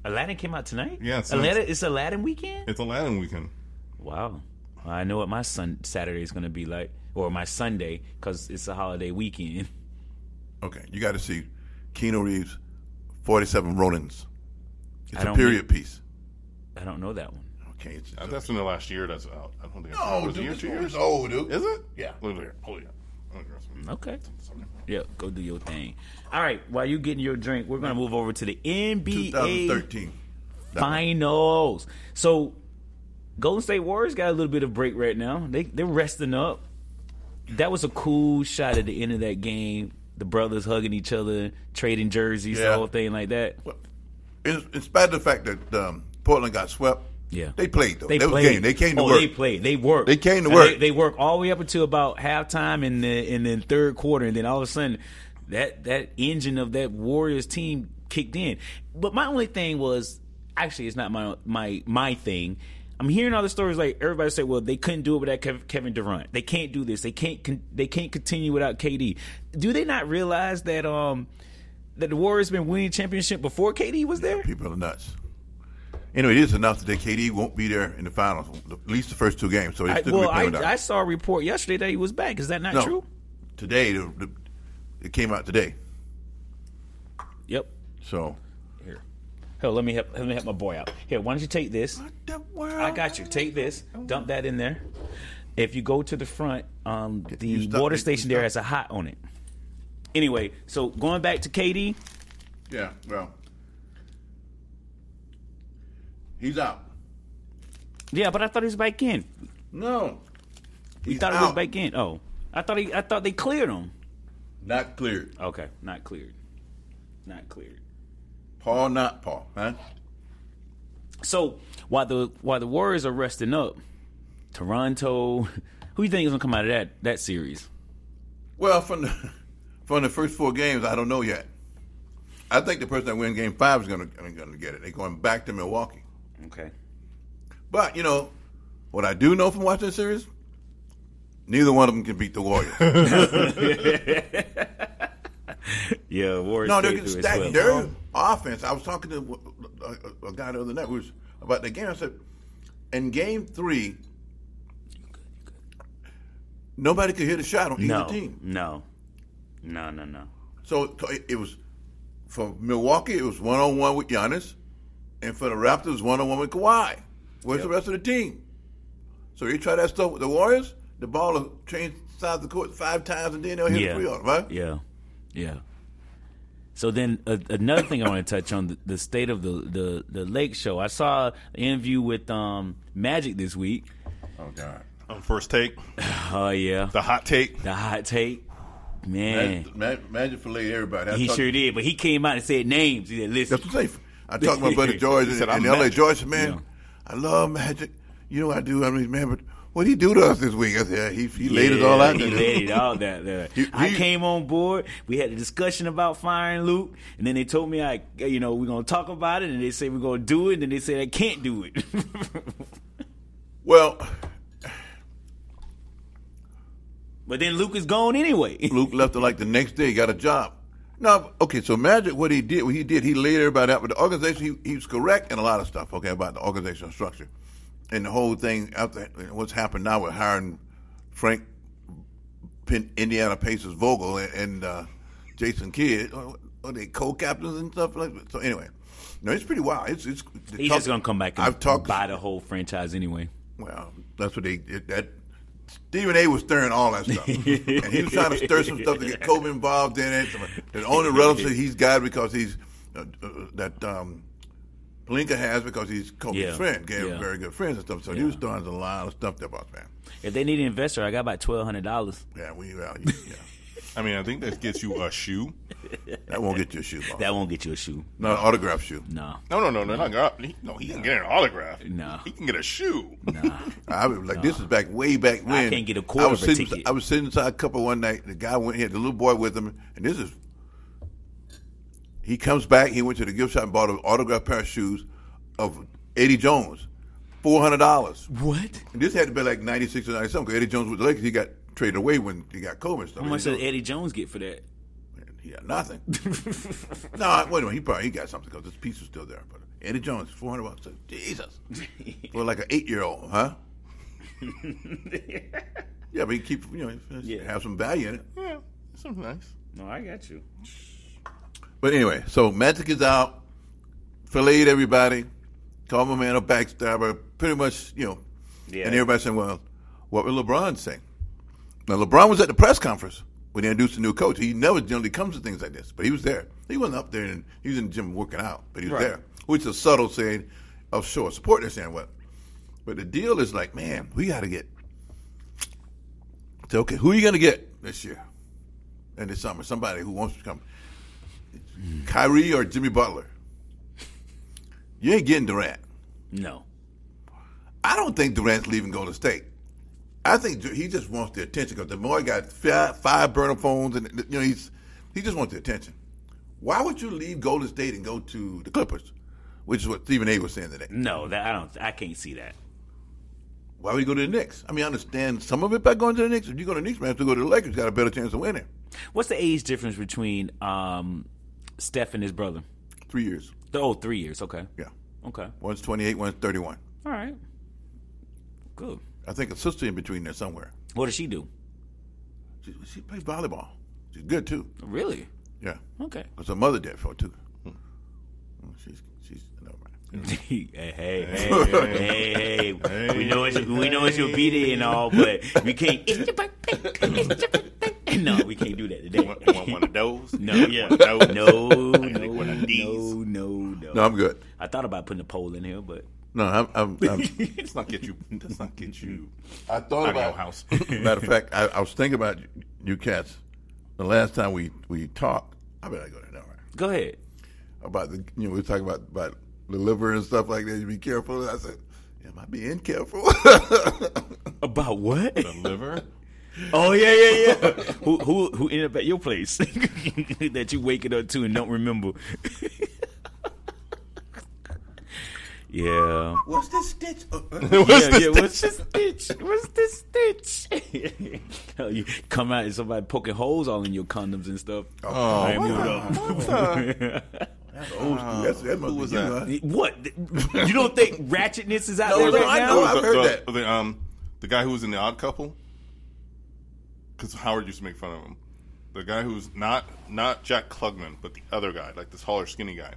Speaker 4: Aladdin came out tonight.
Speaker 2: Yeah, it's-
Speaker 4: Aladdin. It's Aladdin weekend.
Speaker 2: It's Aladdin weekend.
Speaker 4: Wow. I know what my son Saturday is going to be like, or my Sunday, because it's a holiday weekend.
Speaker 3: Okay, you got to see Keanu Reeves, forty-seven Ronins.
Speaker 4: I
Speaker 3: It's a
Speaker 4: don't
Speaker 3: period piece.
Speaker 4: I don't know that one.
Speaker 3: Okay, it's,
Speaker 2: Uh, That's from the last year that's out. I don't think it's
Speaker 3: no,
Speaker 2: was it a
Speaker 3: dude,
Speaker 2: year,
Speaker 3: this
Speaker 2: two years?
Speaker 3: movie's old, dude.
Speaker 2: Is it?
Speaker 3: Yeah.
Speaker 2: Look at here. Hold it. Oh, yeah.
Speaker 4: Okay. Yeah, go do your thing. All right, while you getting your drink, we're going to move over to the E NBA
Speaker 3: 2013.
Speaker 4: Finals. So, Golden State Warriors got a little bit of break right now. They they're resting up. That was a cool shot at the end of that game. The brothers hugging each other, trading jerseys,
Speaker 3: Yeah.
Speaker 4: the whole thing like that.
Speaker 3: In, in spite of the fact that um, Portland got swept,
Speaker 4: Yeah.
Speaker 3: they played though.
Speaker 4: They
Speaker 3: They, was
Speaker 4: played.
Speaker 3: game. They came to
Speaker 4: oh,
Speaker 3: work.
Speaker 4: They played. They worked.
Speaker 3: They came to
Speaker 4: And
Speaker 3: work.
Speaker 4: They, they work all the way up until about halftime and the and then third quarter, and then all of a sudden, that that engine of that Warriors team kicked in. But my only thing was actually it's not my my my thing. I'm hearing all the stories like everybody said, well, they couldn't do it without Kev- Kevin Durant. They can't do this. They can't. Con- they can't continue without KD. Do they not realize that um that the Warriors been winning championship before KD was there?
Speaker 3: People are nuts. Anyway, it is announced that KD won't be there in the finals, at least the first two games. So they
Speaker 4: I,
Speaker 3: still
Speaker 4: well,
Speaker 3: be playing
Speaker 4: I,
Speaker 3: without.
Speaker 4: I saw a report yesterday that he was back. Is that not
Speaker 3: No.
Speaker 4: true?
Speaker 3: Today, the, the, it came out today.
Speaker 4: Yep.
Speaker 3: So
Speaker 4: Here. Hell, let me help. Let me help my boy out. Here, why don't you take this? I got you. Take this. Dump that in there. If you go to the front, um,
Speaker 3: you
Speaker 4: the
Speaker 3: stuck-
Speaker 4: water
Speaker 3: you
Speaker 4: station
Speaker 3: stuck-
Speaker 4: there has a hot on it. Anyway, so going back to KD,
Speaker 3: Yeah, well, he's out.
Speaker 4: yeah, but I thought he was back in.
Speaker 3: No,
Speaker 4: We
Speaker 3: he's
Speaker 4: thought he was
Speaker 3: out.
Speaker 4: back in. Oh, I thought he. I thought they cleared him.
Speaker 3: Not cleared.
Speaker 4: Okay, not cleared. Not cleared.
Speaker 3: Paul, not Paul. Huh?
Speaker 4: So while the while the Warriors are resting up, Toronto, who you think is gonna come out of that that series?
Speaker 3: Well, from the from the first four games, I don't know yet. I think the person that wins Game Five is going to going to get it. They're going back to Milwaukee.
Speaker 4: Okay.
Speaker 3: But you know what I do know from watching the series? Neither one of them can beat the Warriors.
Speaker 4: Yeah, Warriors.
Speaker 3: no,
Speaker 4: came
Speaker 3: they're getting
Speaker 4: through as
Speaker 3: stacked.
Speaker 4: well.
Speaker 3: Their offense. I was talking to a, a, a guy the other night who was about the game. I said, in Game Three, nobody could hit a shot on
Speaker 4: no,
Speaker 3: either team.
Speaker 4: no, no, no, no.
Speaker 3: So so it, it was for Milwaukee. It was one on one with Giannis, and for the Raptors, one on one with Kawhi. Where's the rest of the team? So you try that stuff with the Warriors. The ball will change sides of the court five times, and then they'll hit
Speaker 4: yeah,
Speaker 3: a three on it, right?
Speaker 4: yeah, yeah. So then uh, another thing I want to touch on the, the state of the, the the Lake Show. I saw an interview with um Magic this week.
Speaker 3: Oh God.
Speaker 2: Um, First take,
Speaker 4: Oh
Speaker 3: Uh,
Speaker 4: yeah,
Speaker 2: the hot take.
Speaker 4: the hot take, man.
Speaker 3: Magic, Ma- Magic filleted everybody. I
Speaker 4: he
Speaker 3: talked-
Speaker 4: sure did, but he came out and said names. He said, "Listen,
Speaker 3: That's what's safe. I talked to my brother George
Speaker 2: He
Speaker 3: and,
Speaker 2: said,
Speaker 3: and
Speaker 2: "I'm
Speaker 3: LA
Speaker 2: Magic."
Speaker 3: George, said, man,
Speaker 4: Yeah.
Speaker 3: I love Magic. You know what I do? I mean, man, but what did he do to us this week? I said, he, he laid it all out.
Speaker 4: He
Speaker 3: there.
Speaker 4: laid it all out there.
Speaker 3: He-
Speaker 4: I
Speaker 3: he-
Speaker 4: came on board. We had a discussion about firing Luke, and then they told me I, you know, we're gonna talk about it, and they say we're gonna do it, and then they said I can't do it.
Speaker 3: Well,
Speaker 4: but then Luke is gone anyway.
Speaker 3: Luke left it like the next day. He got a job. No, okay. So Magic, what he did, what he did, he laid everybody out. But the organization, he, he was correct in a lot of stuff. Okay, about the organizational structure and the whole thing. After what's happened now with hiring Frank Pin, Indiana Pacers Vogel and, and uh, Jason Kidd, are, are they co-captains and stuff like that? So anyway, no, it's pretty wild. It's it's. the
Speaker 4: He's
Speaker 3: talk-
Speaker 4: just gonna come back and
Speaker 3: I've talked.
Speaker 4: buy the whole franchise anyway.
Speaker 3: Well, that's what they it, that. Stephen A. was stirring all that stuff, and he was trying to stir some stuff to get Kobe involved in it. The only relative he's got because he's uh, uh, that um, Palinka has because he's Kobe's
Speaker 4: Yeah.
Speaker 3: friend, They're
Speaker 4: Yeah.
Speaker 3: very good friends and stuff. So he was throwing a lot of stuff there about man.
Speaker 4: If they need an investor, I got about twelve hundred dollars.
Speaker 3: Yeah, we well, you, yeah,
Speaker 2: I mean, I think that gets you a shoe.
Speaker 3: that won't get you a shoe. Boss.
Speaker 4: That won't get you a shoe.
Speaker 3: Not an autograph shoe.
Speaker 4: Nah,
Speaker 2: No, no, no, no, not got- he- no. He can get an autograph.
Speaker 4: No.
Speaker 2: he can get a shoe.
Speaker 4: nah.
Speaker 3: I was like, this is back way back when.
Speaker 4: can't get a quarter
Speaker 3: I was
Speaker 4: of a
Speaker 3: sitting,
Speaker 4: ticket.
Speaker 3: I was sitting inside a couple one night. The guy went here, the little boy with him, and this is. He comes back. He went to the gift shop and bought an autographed pair of shoes of Eddie Jones, four hundred dollars.
Speaker 4: what?
Speaker 3: And this had to be like ninety six or ninety something. 'cause Eddie Jones was the Lakers. He got traded away when he got COVID. and stuff.
Speaker 4: How much
Speaker 3: He
Speaker 4: does Eddie Jones get for that?
Speaker 3: got- He got nothing. no, wait a minute. He probably he got something because this piece was still there. But Eddie Jones, four hundred bucks. Jesus, for like an eight year old, huh? Yeah, but you keep you know
Speaker 4: Yeah.
Speaker 3: have some value in it.
Speaker 2: Yeah, something nice.
Speaker 4: No, I got you.
Speaker 3: But anyway, so Magic is out, filleted everybody, called my man a backstabber, pretty much you know.
Speaker 4: Yeah.
Speaker 3: And everybody saying, well, what would LeBron say? Now LeBron was at the press conference when they introduced the new coach. He never generally comes to things like this, but he was there. He wasn't up there and he was in the gym working out, but he was
Speaker 4: Right.
Speaker 3: there, which is a subtle saying of sure support. They're saying what, but the deal is like, man, we got to get. So, okay, who are you going to get this year? And this summer, somebody who wants to come. Kyrie or Jimmy Butler. You ain't getting Durant.
Speaker 4: No.
Speaker 3: I don't think Durant's leaving Golden State. I think Dur- he just wants the attention because the boy got fi- five burner phones, and you know he's he just wants the attention. Why would you leave Golden State and go to the Clippers, which is what Stephen A. was saying today?
Speaker 4: No, that I don't I can't see that.
Speaker 3: Why would you go to the Knicks? I mean, I understand some of it by going to the Knicks. If you go to the Knicks, man, to go to the Lakers, you got a better chance of winning.
Speaker 4: What's the age difference between um Steph and his brother?
Speaker 3: Three years,
Speaker 4: The oh, three years, okay.
Speaker 3: yeah.
Speaker 4: Okay.
Speaker 3: One's twenty-eight, one's thirty-one.
Speaker 4: All right. Good.
Speaker 3: I think a sister in between there somewhere.
Speaker 4: What does she do?
Speaker 3: She, she plays volleyball. She's good too.
Speaker 4: Really?
Speaker 3: Yeah.
Speaker 4: Okay.
Speaker 3: Because her mother did for her, too. Mm, She's she's never mind.
Speaker 4: hey, hey, hey, hey, hey. We know it's we know it's your B day and all, but we can't it's your birthday. It's your birthday. No, we can't do that
Speaker 2: Want, want
Speaker 4: today.
Speaker 2: one of those?
Speaker 4: No, yeah.
Speaker 2: One of those?
Speaker 4: No, no,
Speaker 2: Like one of these.
Speaker 4: no, no,
Speaker 3: No,
Speaker 4: no.
Speaker 3: I'm good.
Speaker 4: I thought about putting a poll in here, but
Speaker 3: No, I'm. I'm, I'm
Speaker 2: Let's not get you. Let's not get you.
Speaker 3: I thought
Speaker 2: Out of your
Speaker 3: about
Speaker 2: house.
Speaker 3: Matter of fact, I, I was thinking about you- you cats. The last time we we talked, I better go there now. Right?
Speaker 4: go ahead.
Speaker 3: About the you know we were talking about about the liver and stuff like that. You be careful. I said, am I being careful?
Speaker 4: About what?
Speaker 2: The liver.
Speaker 4: Oh yeah, yeah, yeah. who who who ended up at your place that you waking up to and don't remember? yeah.
Speaker 3: What's this stitch? Uh, uh,
Speaker 4: What's yeah, yeah. What's this stitch? What's this stitch? Oh, you come out and somebody poking holes all in your condoms and stuff.
Speaker 3: Oh,
Speaker 4: I ain't
Speaker 3: what
Speaker 4: moved
Speaker 3: the-
Speaker 4: up.
Speaker 3: old school. That's, that must
Speaker 2: Who was
Speaker 3: be you,
Speaker 2: that?
Speaker 3: huh?
Speaker 4: what? You don't think ratchetness is out
Speaker 3: No,
Speaker 4: there
Speaker 3: no,
Speaker 4: right
Speaker 3: I
Speaker 4: now?
Speaker 3: know. I've
Speaker 2: the,
Speaker 3: heard
Speaker 2: the-
Speaker 3: that.
Speaker 2: The, um, the guy who was in the Odd Couple, because Howard used to make fun of him. The guy who's not not Jack Klugman, but the other guy, like this taller, skinny guy,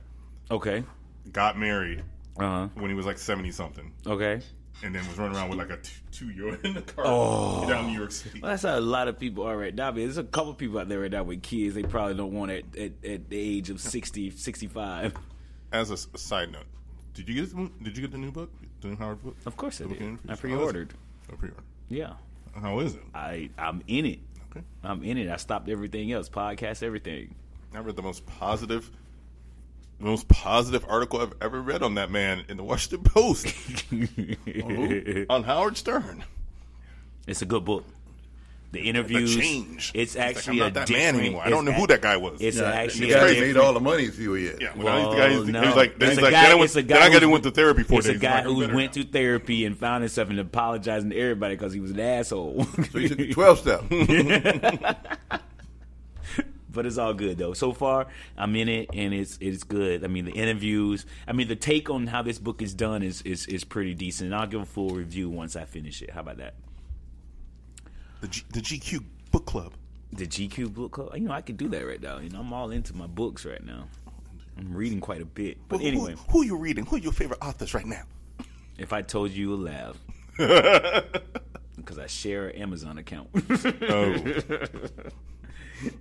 Speaker 4: Okay.
Speaker 2: got married
Speaker 4: Uh huh.
Speaker 2: when he was like seventy something,
Speaker 4: Okay.
Speaker 2: and then was running around with like a two year old in the car oh. down New York City.
Speaker 4: Well, that's how a lot of people are right now. I mean, there's a couple people out there right now with kids they probably don't want at, at, at the age of 60, 65.
Speaker 2: As a, s- side note, did you get the- did you get the new book, the new Howard book?
Speaker 4: Of course I
Speaker 2: Public
Speaker 4: did.
Speaker 2: interviews?
Speaker 4: I
Speaker 2: How is it?
Speaker 4: pre-ordered.
Speaker 2: Oh, pre-order.
Speaker 4: Yeah.
Speaker 2: How is it?
Speaker 4: I, I'm in it.
Speaker 2: Okay.
Speaker 4: I'm in it. I stopped everything else, podcast, everything.
Speaker 2: I read the most positive, the most positive article I've ever read on that man in the Washington Post on Howard Stern.
Speaker 4: It's a good book. The interviews.
Speaker 2: change.
Speaker 4: It's
Speaker 2: like,
Speaker 4: actually
Speaker 2: I'm
Speaker 4: a
Speaker 2: not that man
Speaker 4: different-
Speaker 2: anymore. I
Speaker 4: it's
Speaker 2: don't know who
Speaker 4: ac-
Speaker 2: that guy was.
Speaker 4: It's
Speaker 2: Yeah.
Speaker 3: The
Speaker 4: actually
Speaker 2: Yeah.
Speaker 3: guy
Speaker 4: a
Speaker 2: Yeah.
Speaker 3: that made
Speaker 4: different-
Speaker 3: all the money is who he is.
Speaker 2: Yeah,
Speaker 4: Well,
Speaker 2: well, the guy, he's,
Speaker 4: Oh, no.
Speaker 2: he's like,
Speaker 4: It's
Speaker 2: he's
Speaker 4: a
Speaker 2: like,
Speaker 4: guy-
Speaker 2: then I went,
Speaker 4: it's a
Speaker 2: then
Speaker 4: guy
Speaker 2: I got
Speaker 4: who's-
Speaker 2: in with the therapy for
Speaker 4: It's
Speaker 2: days.
Speaker 4: a guy
Speaker 2: Like, I'm
Speaker 4: who
Speaker 2: better
Speaker 4: went
Speaker 2: now.
Speaker 4: through therapy and found himself and apologizing to everybody because he was an asshole.
Speaker 3: So he took the twelve step.
Speaker 4: but it's all good though. So far, I'm in it, and it's it's good. I mean, the interviews. I mean, the take on how this book is done is is is pretty decent. And I'll give a full review once I finish it. How about that?
Speaker 2: the, G, the GQ book club.
Speaker 4: The GQ book club. You know, I could do that right now. You know, I'm all into my books right now. I'm reading quite a bit. But
Speaker 2: Who- who-
Speaker 4: anyway,
Speaker 2: who, are you reading? Who are your favorite authors right now?
Speaker 4: if I told you, you'll laugh. Because I share an Amazon account.
Speaker 2: Oh,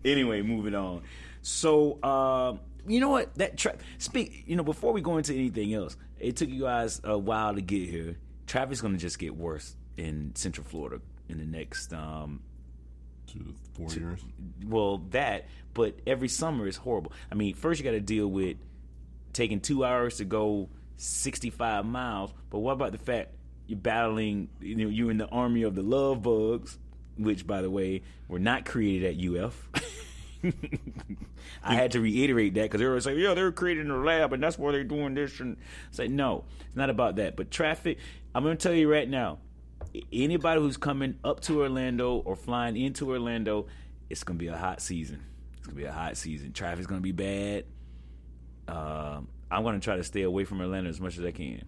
Speaker 4: anyway, moving on. So, um, you know what? That tra- speak. You know, before we go into anything else, it took you guys a while to get here. Traffic's going to just get worse in Central Florida in the next. Um,
Speaker 2: two to four years.
Speaker 4: well, that. But every summer is horrible. I mean, first you got to deal with taking two hours to go sixty-five miles. But what about the fact you're battling? You know, you're in the army of the love bugs, which, by the way, were not created at UF. I had to reiterate that because they were like, "Yeah, they were created in a lab, and that's why they're doing this." And it's like, no, it's not about that. But traffic, I'm going to tell you right now, i- anybody who's coming up to Orlando or flying into Orlando, it's going to be a hot season. It's going to be a hot season. Traffic's going to be bad. Um, I'm going to try to stay away from Orlando as much as I can.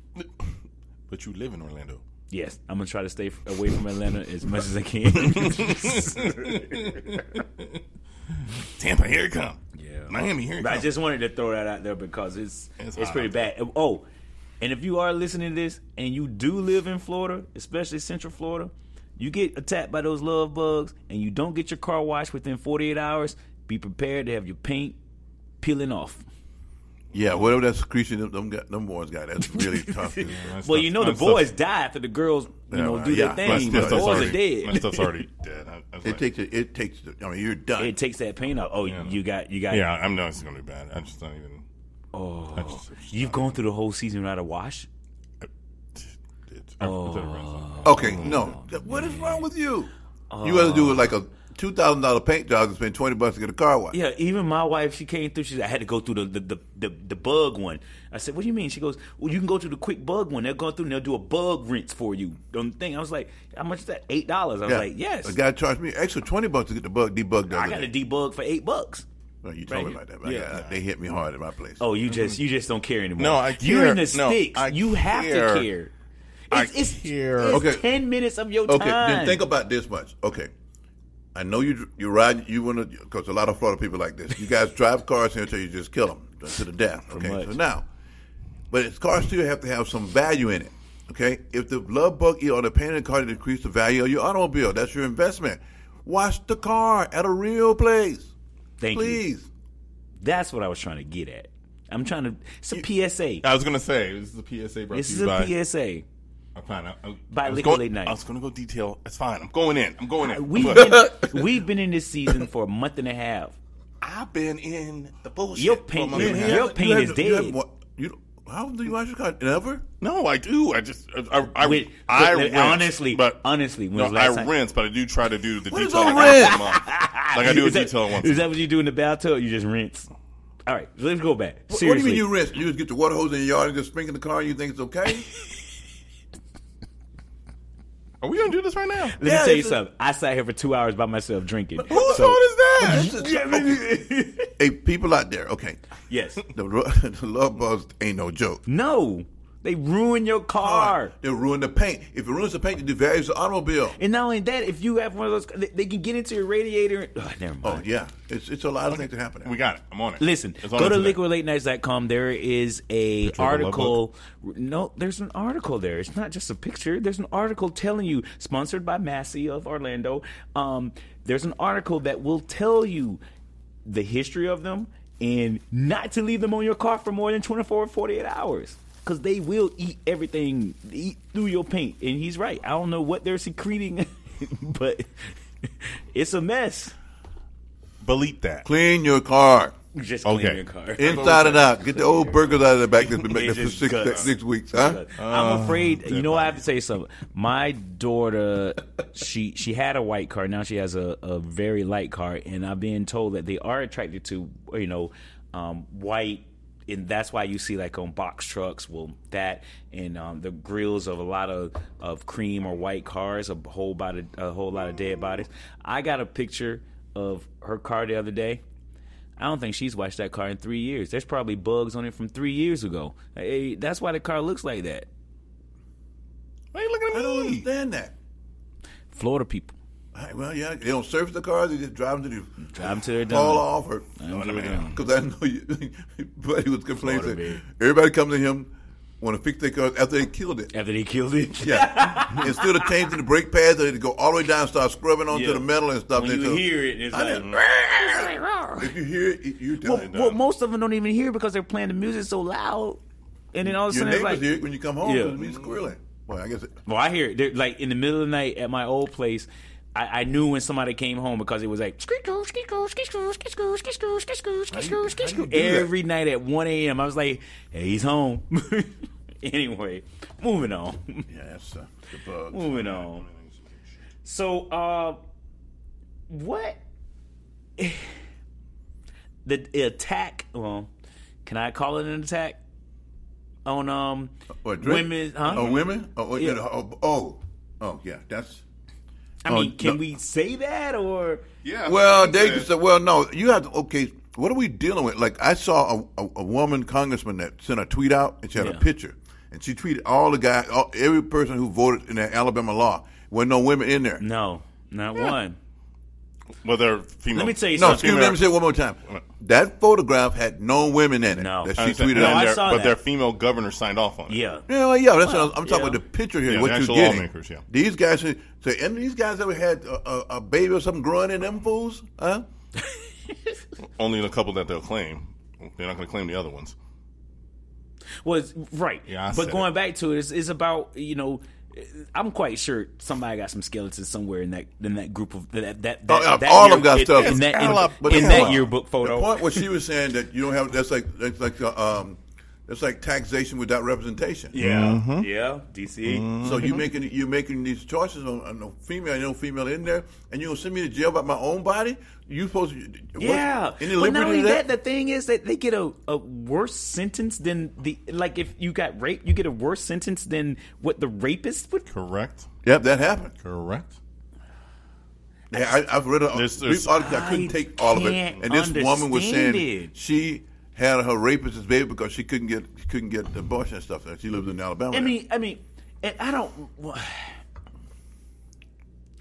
Speaker 2: But you live in Orlando.
Speaker 4: Yes, I'm gonna try to stay f- away from Atlanta as much as I can.
Speaker 2: Tampa, here it come.
Speaker 4: Yeah.
Speaker 2: Miami, here it
Speaker 4: But I
Speaker 2: come.
Speaker 4: just wanted to throw that out there because it's
Speaker 2: It's
Speaker 4: it's,
Speaker 2: hot
Speaker 4: pretty
Speaker 2: out
Speaker 4: bad. Oh, and if you are listening to this and you do live in Florida, especially Central Florida, you get attacked by those love bugs and you don't get your car washed within 48 hours, be prepared to have your paint peeling off.
Speaker 3: Yeah, whatever that secretion them them, got, them boys got, that's really tough. dude.
Speaker 2: That's
Speaker 4: well,
Speaker 2: tough.
Speaker 4: you know the
Speaker 2: That's tough.
Speaker 4: boys die after the girls, you
Speaker 3: Yeah,
Speaker 4: know,
Speaker 3: well,
Speaker 4: do
Speaker 3: yeah.
Speaker 4: their
Speaker 3: My
Speaker 4: thing.
Speaker 3: stuff-
Speaker 2: My
Speaker 4: The
Speaker 3: That's
Speaker 2: stuff's
Speaker 4: boys
Speaker 2: already,
Speaker 4: are dead.
Speaker 2: My stuff's already dead. I, I was
Speaker 3: It
Speaker 2: like,
Speaker 3: takes a, it takes. a- I mean, you're done.
Speaker 4: it takes that paint out. Oh, you got you got
Speaker 2: yeah, I'm not. It's gonna be bad. I'm just not even. Oh, I just,
Speaker 4: you've gone through the whole season without a wash?
Speaker 2: it's, I'm, it's at a restaurant.
Speaker 3: okay,
Speaker 4: Oh,
Speaker 3: no. What is wrong with you? you rather do it like a two thousand dollar paint job and spend twenty bucks to get a car wash.
Speaker 4: Yeah, even my wife, she came through. She said, I had to go through the the, the, the, the bug one. I said, What do you mean? She goes, Well, you can go through the quick bug one. They'll go through and they'll do a bug rinse for you. On the thing. I was like, How much is that? $8. I was like,
Speaker 3: The
Speaker 4: Yes.
Speaker 3: guy charged me extra twenty bucks to get the bug debugged. the
Speaker 4: I
Speaker 3: other
Speaker 4: got
Speaker 3: day.
Speaker 4: a debug for eight bucks.
Speaker 3: No, you told
Speaker 4: Right
Speaker 3: me
Speaker 4: here.
Speaker 3: about that. But
Speaker 4: Yeah.
Speaker 3: I got, they hit me hard at my place.
Speaker 4: Oh, you just you just don't care anymore.
Speaker 2: Mm-hmm. No, I
Speaker 4: You're in
Speaker 2: care.
Speaker 4: the
Speaker 2: No,
Speaker 4: sticks.
Speaker 2: I
Speaker 4: you have
Speaker 2: care.
Speaker 4: to care.
Speaker 2: I
Speaker 4: It's, it's,
Speaker 2: care.
Speaker 4: it's
Speaker 3: Okay.
Speaker 4: 10 minutes of your
Speaker 3: Okay,
Speaker 4: time.
Speaker 3: then think about this much. Okay, I know you you ride you want to because a lot of Florida people like this. You guys drive cars here until you just kill them to the death. Okay,
Speaker 4: much.
Speaker 3: so now, but it's cars still have to have some value in it. Okay, if the love bug or the paint in the car to decrease the value of your automobile, that's your investment. Wash the car at a real place,
Speaker 4: Thank you.
Speaker 3: please.
Speaker 4: That's what I was trying to get at. I'm trying to. It's a PSA.
Speaker 2: I was gonna say this is a PSA. Brought
Speaker 4: This
Speaker 2: to
Speaker 4: is
Speaker 2: you by,
Speaker 4: a PSA.
Speaker 2: I'm fine. I, I,
Speaker 4: By
Speaker 2: I was
Speaker 4: Liquid
Speaker 2: going-
Speaker 4: Late Night.
Speaker 2: I was gonna go detail. It's fine. I'm going in. I'm going in. I'm
Speaker 4: We've
Speaker 2: going-
Speaker 4: been, we've been in this season for a month and a half.
Speaker 2: I've been in the bullshit.
Speaker 4: Your
Speaker 2: for a
Speaker 4: paint-
Speaker 2: month and a
Speaker 4: your-
Speaker 2: half.
Speaker 4: your- paint
Speaker 3: have
Speaker 4: is
Speaker 3: to- You
Speaker 4: dead.
Speaker 3: have, wa- you, don't- how do you wash your car? Never.
Speaker 2: No, I do. I just I I,
Speaker 4: Wait,
Speaker 2: I
Speaker 4: look, look,
Speaker 2: rinse,
Speaker 4: honestly-
Speaker 2: but
Speaker 4: honestly, when
Speaker 2: no,
Speaker 4: was the last
Speaker 2: I
Speaker 4: time- Ah,
Speaker 2: rinse, but I do try to do the
Speaker 3: What is
Speaker 2: detail
Speaker 3: a
Speaker 2: once
Speaker 3: rinse?
Speaker 2: a month. Like I do a
Speaker 4: Is that-
Speaker 2: detail once.
Speaker 4: Is that what you do in the bathtub? You just rinse. All right, let's go back. Seriously,
Speaker 3: What do you mean you rinse? You just get the water hose in your yard and just sprinkle the car and you think it's okay?
Speaker 2: Are we gonna do this right now?
Speaker 4: Let
Speaker 3: Yeah,
Speaker 4: me tell you
Speaker 3: it's a-
Speaker 4: something. I sat here for two hours by myself drinking.
Speaker 3: Who
Speaker 4: So-
Speaker 3: is that?
Speaker 4: Yeah,
Speaker 3: hey, people out there, okay.
Speaker 4: yes.
Speaker 3: The, ru- the love bugs ain't no joke.
Speaker 4: No, they ruin your car.
Speaker 3: They'll ruin the paint. If it ruins the paint, it devalues the automobile.
Speaker 4: And not only that, if you have one of those, they, they can get into your radiator. and- oh, never mind.
Speaker 3: Oh, yeah. It's, it's a lot of things that happen.
Speaker 2: We got it. I'm on it.
Speaker 4: Listen,
Speaker 2: It's on
Speaker 4: go to
Speaker 2: internet.
Speaker 4: liquidlatenights.com. There is a
Speaker 2: of a
Speaker 4: article. No, there's an article there. It's not just a picture. There's an article telling you, sponsored by Massey of Orlando. Um, there's an article that will tell you the history of them and not to leave them on your car for more than 24 or 48 hours. Because they will eat everything, eat through your paint. And he's right. I don't know what they're secreting, but it's a mess.
Speaker 2: Believe that.
Speaker 3: Clean your car.
Speaker 4: Just clean
Speaker 2: Okay.
Speaker 4: your car.
Speaker 3: Inside and out. Get the old burgers out of the back that's been making
Speaker 4: It's
Speaker 3: for
Speaker 4: just
Speaker 3: six,
Speaker 4: guts.
Speaker 3: six weeks, huh?
Speaker 4: I'm afraid. You know, I have to say something. My daughter, she she had a white car. Now she has a, a very light car, and I'm being told that they are attracted to you know um, white. And that's why you see, like on box trucks, well, that and um, the grills of a lot of, of cream or white cars, a whole body, a whole lot of dead bodies. I got a picture of her car the other day. I don't think she's watched that car in three years. There's probably bugs on it from three years ago. Hey, that's why the car looks like that.
Speaker 2: Why are you
Speaker 3: I don't
Speaker 2: looking at me?
Speaker 3: understand that.
Speaker 4: Florida people.
Speaker 3: Hey, Well, yeah, they don't service the cars. They just drive them to the
Speaker 4: Drive 'em till they're done.
Speaker 3: fall off or
Speaker 4: Drive 'em till they're done.
Speaker 3: because I know you. but he was complaining.
Speaker 4: Florida,
Speaker 3: that
Speaker 4: man.
Speaker 3: Everybody comes to him want to fix their cars after they killed it.
Speaker 4: After they killed it.
Speaker 3: Yeah, instead of changing the brake pads, they had to go all the way down, and start scrubbing onto
Speaker 4: Yeah.
Speaker 3: the metal and stuff.
Speaker 4: When
Speaker 3: They
Speaker 4: you
Speaker 3: go,
Speaker 4: hear it, it's
Speaker 3: I
Speaker 4: like. mm.
Speaker 3: didn't- If you hear it, you're
Speaker 4: well,
Speaker 3: done.
Speaker 4: well, most of them don't even hear because they're playing the music so loud. And then all of a
Speaker 3: Your
Speaker 4: sudden
Speaker 3: neighbors
Speaker 4: it's like.
Speaker 3: hear it when you come home.
Speaker 4: Yeah.
Speaker 3: Yeah. It's squealing. Boy, I guess it,
Speaker 4: Well, I hear it. They're, like in the middle of the night at my old place, I, I knew when somebody came home because it was like.
Speaker 5: Skittle, skittle, skittle, skittle, skittle, skittle, skittle, skittle.
Speaker 3: do that?
Speaker 4: Every night at 1 a.m., I was like, hey, he's home. anyway, moving on.
Speaker 3: yeah, that's uh, the bug.
Speaker 4: Moving on. So, uh, what the attack? Well, can I call it an attack on um
Speaker 3: What, drink?
Speaker 4: women? Huh?
Speaker 3: Oh, women? Oh, oh,
Speaker 4: Yeah.
Speaker 3: yeah. oh, oh, oh, yeah, that's.
Speaker 4: I mean,
Speaker 3: oh,
Speaker 4: can
Speaker 3: no.
Speaker 4: we say that or
Speaker 2: Yeah.
Speaker 3: Well,
Speaker 2: that's what
Speaker 3: they
Speaker 2: I'm
Speaker 3: said, well, no, you have to, okay, what are we dealing with? Like, I saw a, a, a woman congressman that sent a tweet out and she had
Speaker 4: Yeah.
Speaker 3: a picture. and she treated all the guys, all, every person who voted in that Alabama law. Wasn't no women in there.
Speaker 4: No, not one.
Speaker 2: Whether female.
Speaker 4: Let me tell you
Speaker 3: No,
Speaker 4: something.
Speaker 3: excuse me. Let me say it one more time. That photograph had no women in it.
Speaker 4: No.
Speaker 3: that she
Speaker 2: I understand.
Speaker 3: tweeted
Speaker 2: And
Speaker 4: I
Speaker 3: out.
Speaker 2: their-
Speaker 4: saw
Speaker 2: But
Speaker 4: that.
Speaker 2: their female governor signed off on it.
Speaker 4: Yeah.
Speaker 3: Yeah, well, yeah, that's what I'm, I'm talking
Speaker 4: yeah.
Speaker 3: about the picture here.
Speaker 2: Yeah, the
Speaker 3: what you
Speaker 2: actual
Speaker 3: getting?
Speaker 2: lawmakers, yeah.
Speaker 3: These guys, say, say, and these guys ever had a, a, a baby or something growing in them fools? Huh?
Speaker 2: Only in a couple that they'll claim. They're not going to claim the other ones.
Speaker 4: was right.
Speaker 2: Yeah, I
Speaker 4: but
Speaker 2: said
Speaker 4: going
Speaker 2: it.
Speaker 4: back to it, it's, it's about you know. I'm quite sure somebody got some skeletons somewhere in that in that group of that that, that,
Speaker 3: Oh, yeah,
Speaker 4: that
Speaker 3: all
Speaker 4: year-
Speaker 3: of 'em got
Speaker 4: in-
Speaker 3: stuff.
Speaker 4: in that,
Speaker 3: It's all up, but
Speaker 4: in, in
Speaker 3: come
Speaker 4: that
Speaker 3: on.
Speaker 4: yearbook
Speaker 3: The
Speaker 4: photo.
Speaker 3: point what she was saying that you don't have that's like that's like uh, um that's like taxation without representation.
Speaker 4: Yeah,
Speaker 3: Mm-hmm.
Speaker 4: Mm-hmm. yeah, DC.
Speaker 3: So you making you making these choices on, on no female, no female in there, and you gonna send me to jail about my own body? You supposed to? what?
Speaker 4: Yeah,
Speaker 3: Any
Speaker 4: but
Speaker 3: liberty
Speaker 4: not only
Speaker 3: to
Speaker 4: that, the thing is that they get a, a worse sentence than the like if you got raped, you get a worse sentence than what the rapist would.
Speaker 2: Correct.
Speaker 3: yep, that happened.
Speaker 2: Correct.
Speaker 3: Yeah, I, I've read a
Speaker 2: There's-
Speaker 3: there's,
Speaker 2: there's-
Speaker 3: article. I couldn't
Speaker 4: I
Speaker 3: take all of it,
Speaker 4: can't
Speaker 3: and this woman was
Speaker 4: understand
Speaker 3: saying
Speaker 4: it.
Speaker 3: she had her rapist's baby because she couldn't get she couldn't get abortion and stuff. And she lives in Alabama.
Speaker 4: I
Speaker 3: now.
Speaker 4: mean, I mean, and I don't.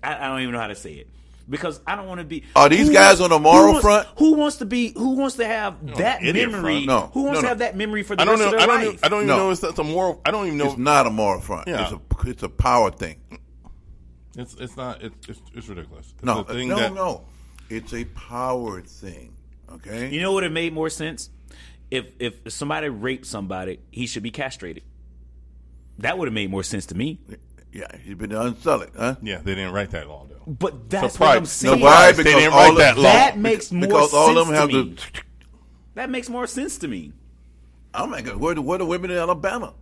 Speaker 4: I, I don't even know how to say it because I don't want to be.
Speaker 3: Are these guys on the moral
Speaker 4: who wants-
Speaker 3: front?
Speaker 4: Who wants to be? Who wants to have that
Speaker 2: idiot
Speaker 4: memory?
Speaker 2: front.
Speaker 3: No,
Speaker 4: who wants
Speaker 3: no,
Speaker 4: to
Speaker 3: no.
Speaker 4: have that memory for the
Speaker 2: I don't
Speaker 4: rest
Speaker 2: know.
Speaker 4: of their
Speaker 2: I don't. Know,
Speaker 4: life?
Speaker 2: I don't even
Speaker 3: No.
Speaker 2: know if that's a moral. I don't even know.
Speaker 3: it's not a moral front.
Speaker 2: Yeah.
Speaker 3: It's a it's a power thing.
Speaker 2: It's it's not. It's it's, it's ridiculous. It's
Speaker 3: No,
Speaker 2: a thing
Speaker 3: no,
Speaker 2: that-
Speaker 3: no. It's a power thing. Okay.
Speaker 4: you know what it made more sense? If if somebody raped somebody, he should be castrated. That would have made more sense to me.
Speaker 3: yeah, he's been unsell it, huh?
Speaker 2: Yeah, they didn't write that law though.
Speaker 4: But that's
Speaker 2: Surprise.
Speaker 4: what I'm saying.
Speaker 2: No, why?
Speaker 4: That
Speaker 2: They didn't write that law.
Speaker 4: That makes more
Speaker 3: because all of them have
Speaker 4: sense to
Speaker 3: the.
Speaker 4: me. That makes more sense to me.
Speaker 3: Oh my God, where the where the women in Alabama?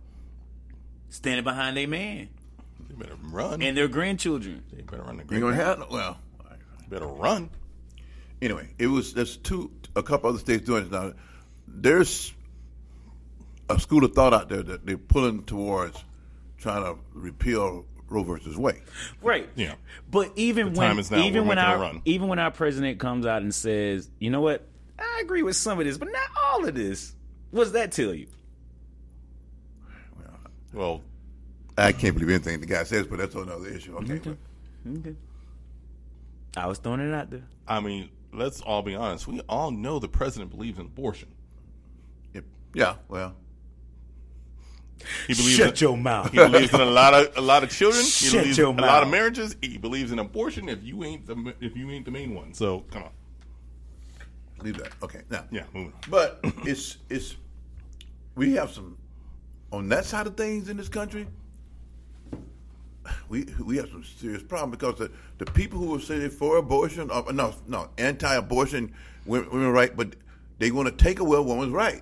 Speaker 4: Standing behind a man
Speaker 2: They better run.
Speaker 4: and their grandchildren.
Speaker 2: they better run the
Speaker 3: You
Speaker 2: great.
Speaker 3: gonna have no- well.
Speaker 2: better run.
Speaker 3: Anyway, it was there's two a couple other states doing it now. There's a school of thought out there that they're pulling towards trying to repeal Roe versus Wade.
Speaker 4: Right.
Speaker 2: Yeah.
Speaker 4: But even
Speaker 2: The
Speaker 4: when
Speaker 2: time is now.
Speaker 4: even
Speaker 2: We're
Speaker 4: when
Speaker 2: making a
Speaker 4: our
Speaker 2: run.
Speaker 4: even when our president comes out and says, you know what, I agree with some of this, but not all of this. What's that tell you?
Speaker 2: Well,
Speaker 3: I can't believe anything the guy says, but that's another issue. Okay, but
Speaker 4: Okay. I was throwing it out there.
Speaker 2: I mean, let's all be honest. We all know the president believes in abortion.
Speaker 3: if- yeah, well,
Speaker 2: He believes in,
Speaker 4: your mouth.
Speaker 2: He believes in a lot of a lot of children. He
Speaker 4: Shut
Speaker 2: believes in
Speaker 4: your
Speaker 2: a lot of
Speaker 4: mouth.
Speaker 2: marriages. He believes in abortion. If you ain't the if you ain't the main one, so come on.
Speaker 3: leave that. Okay, now
Speaker 2: Yeah, moving on.
Speaker 3: But it's it's we have some on that side of things in this country. We we have some serious problem because the, the people who will say they're for abortion, or, no no anti-abortion women, women right, but they want to take away a woman's right.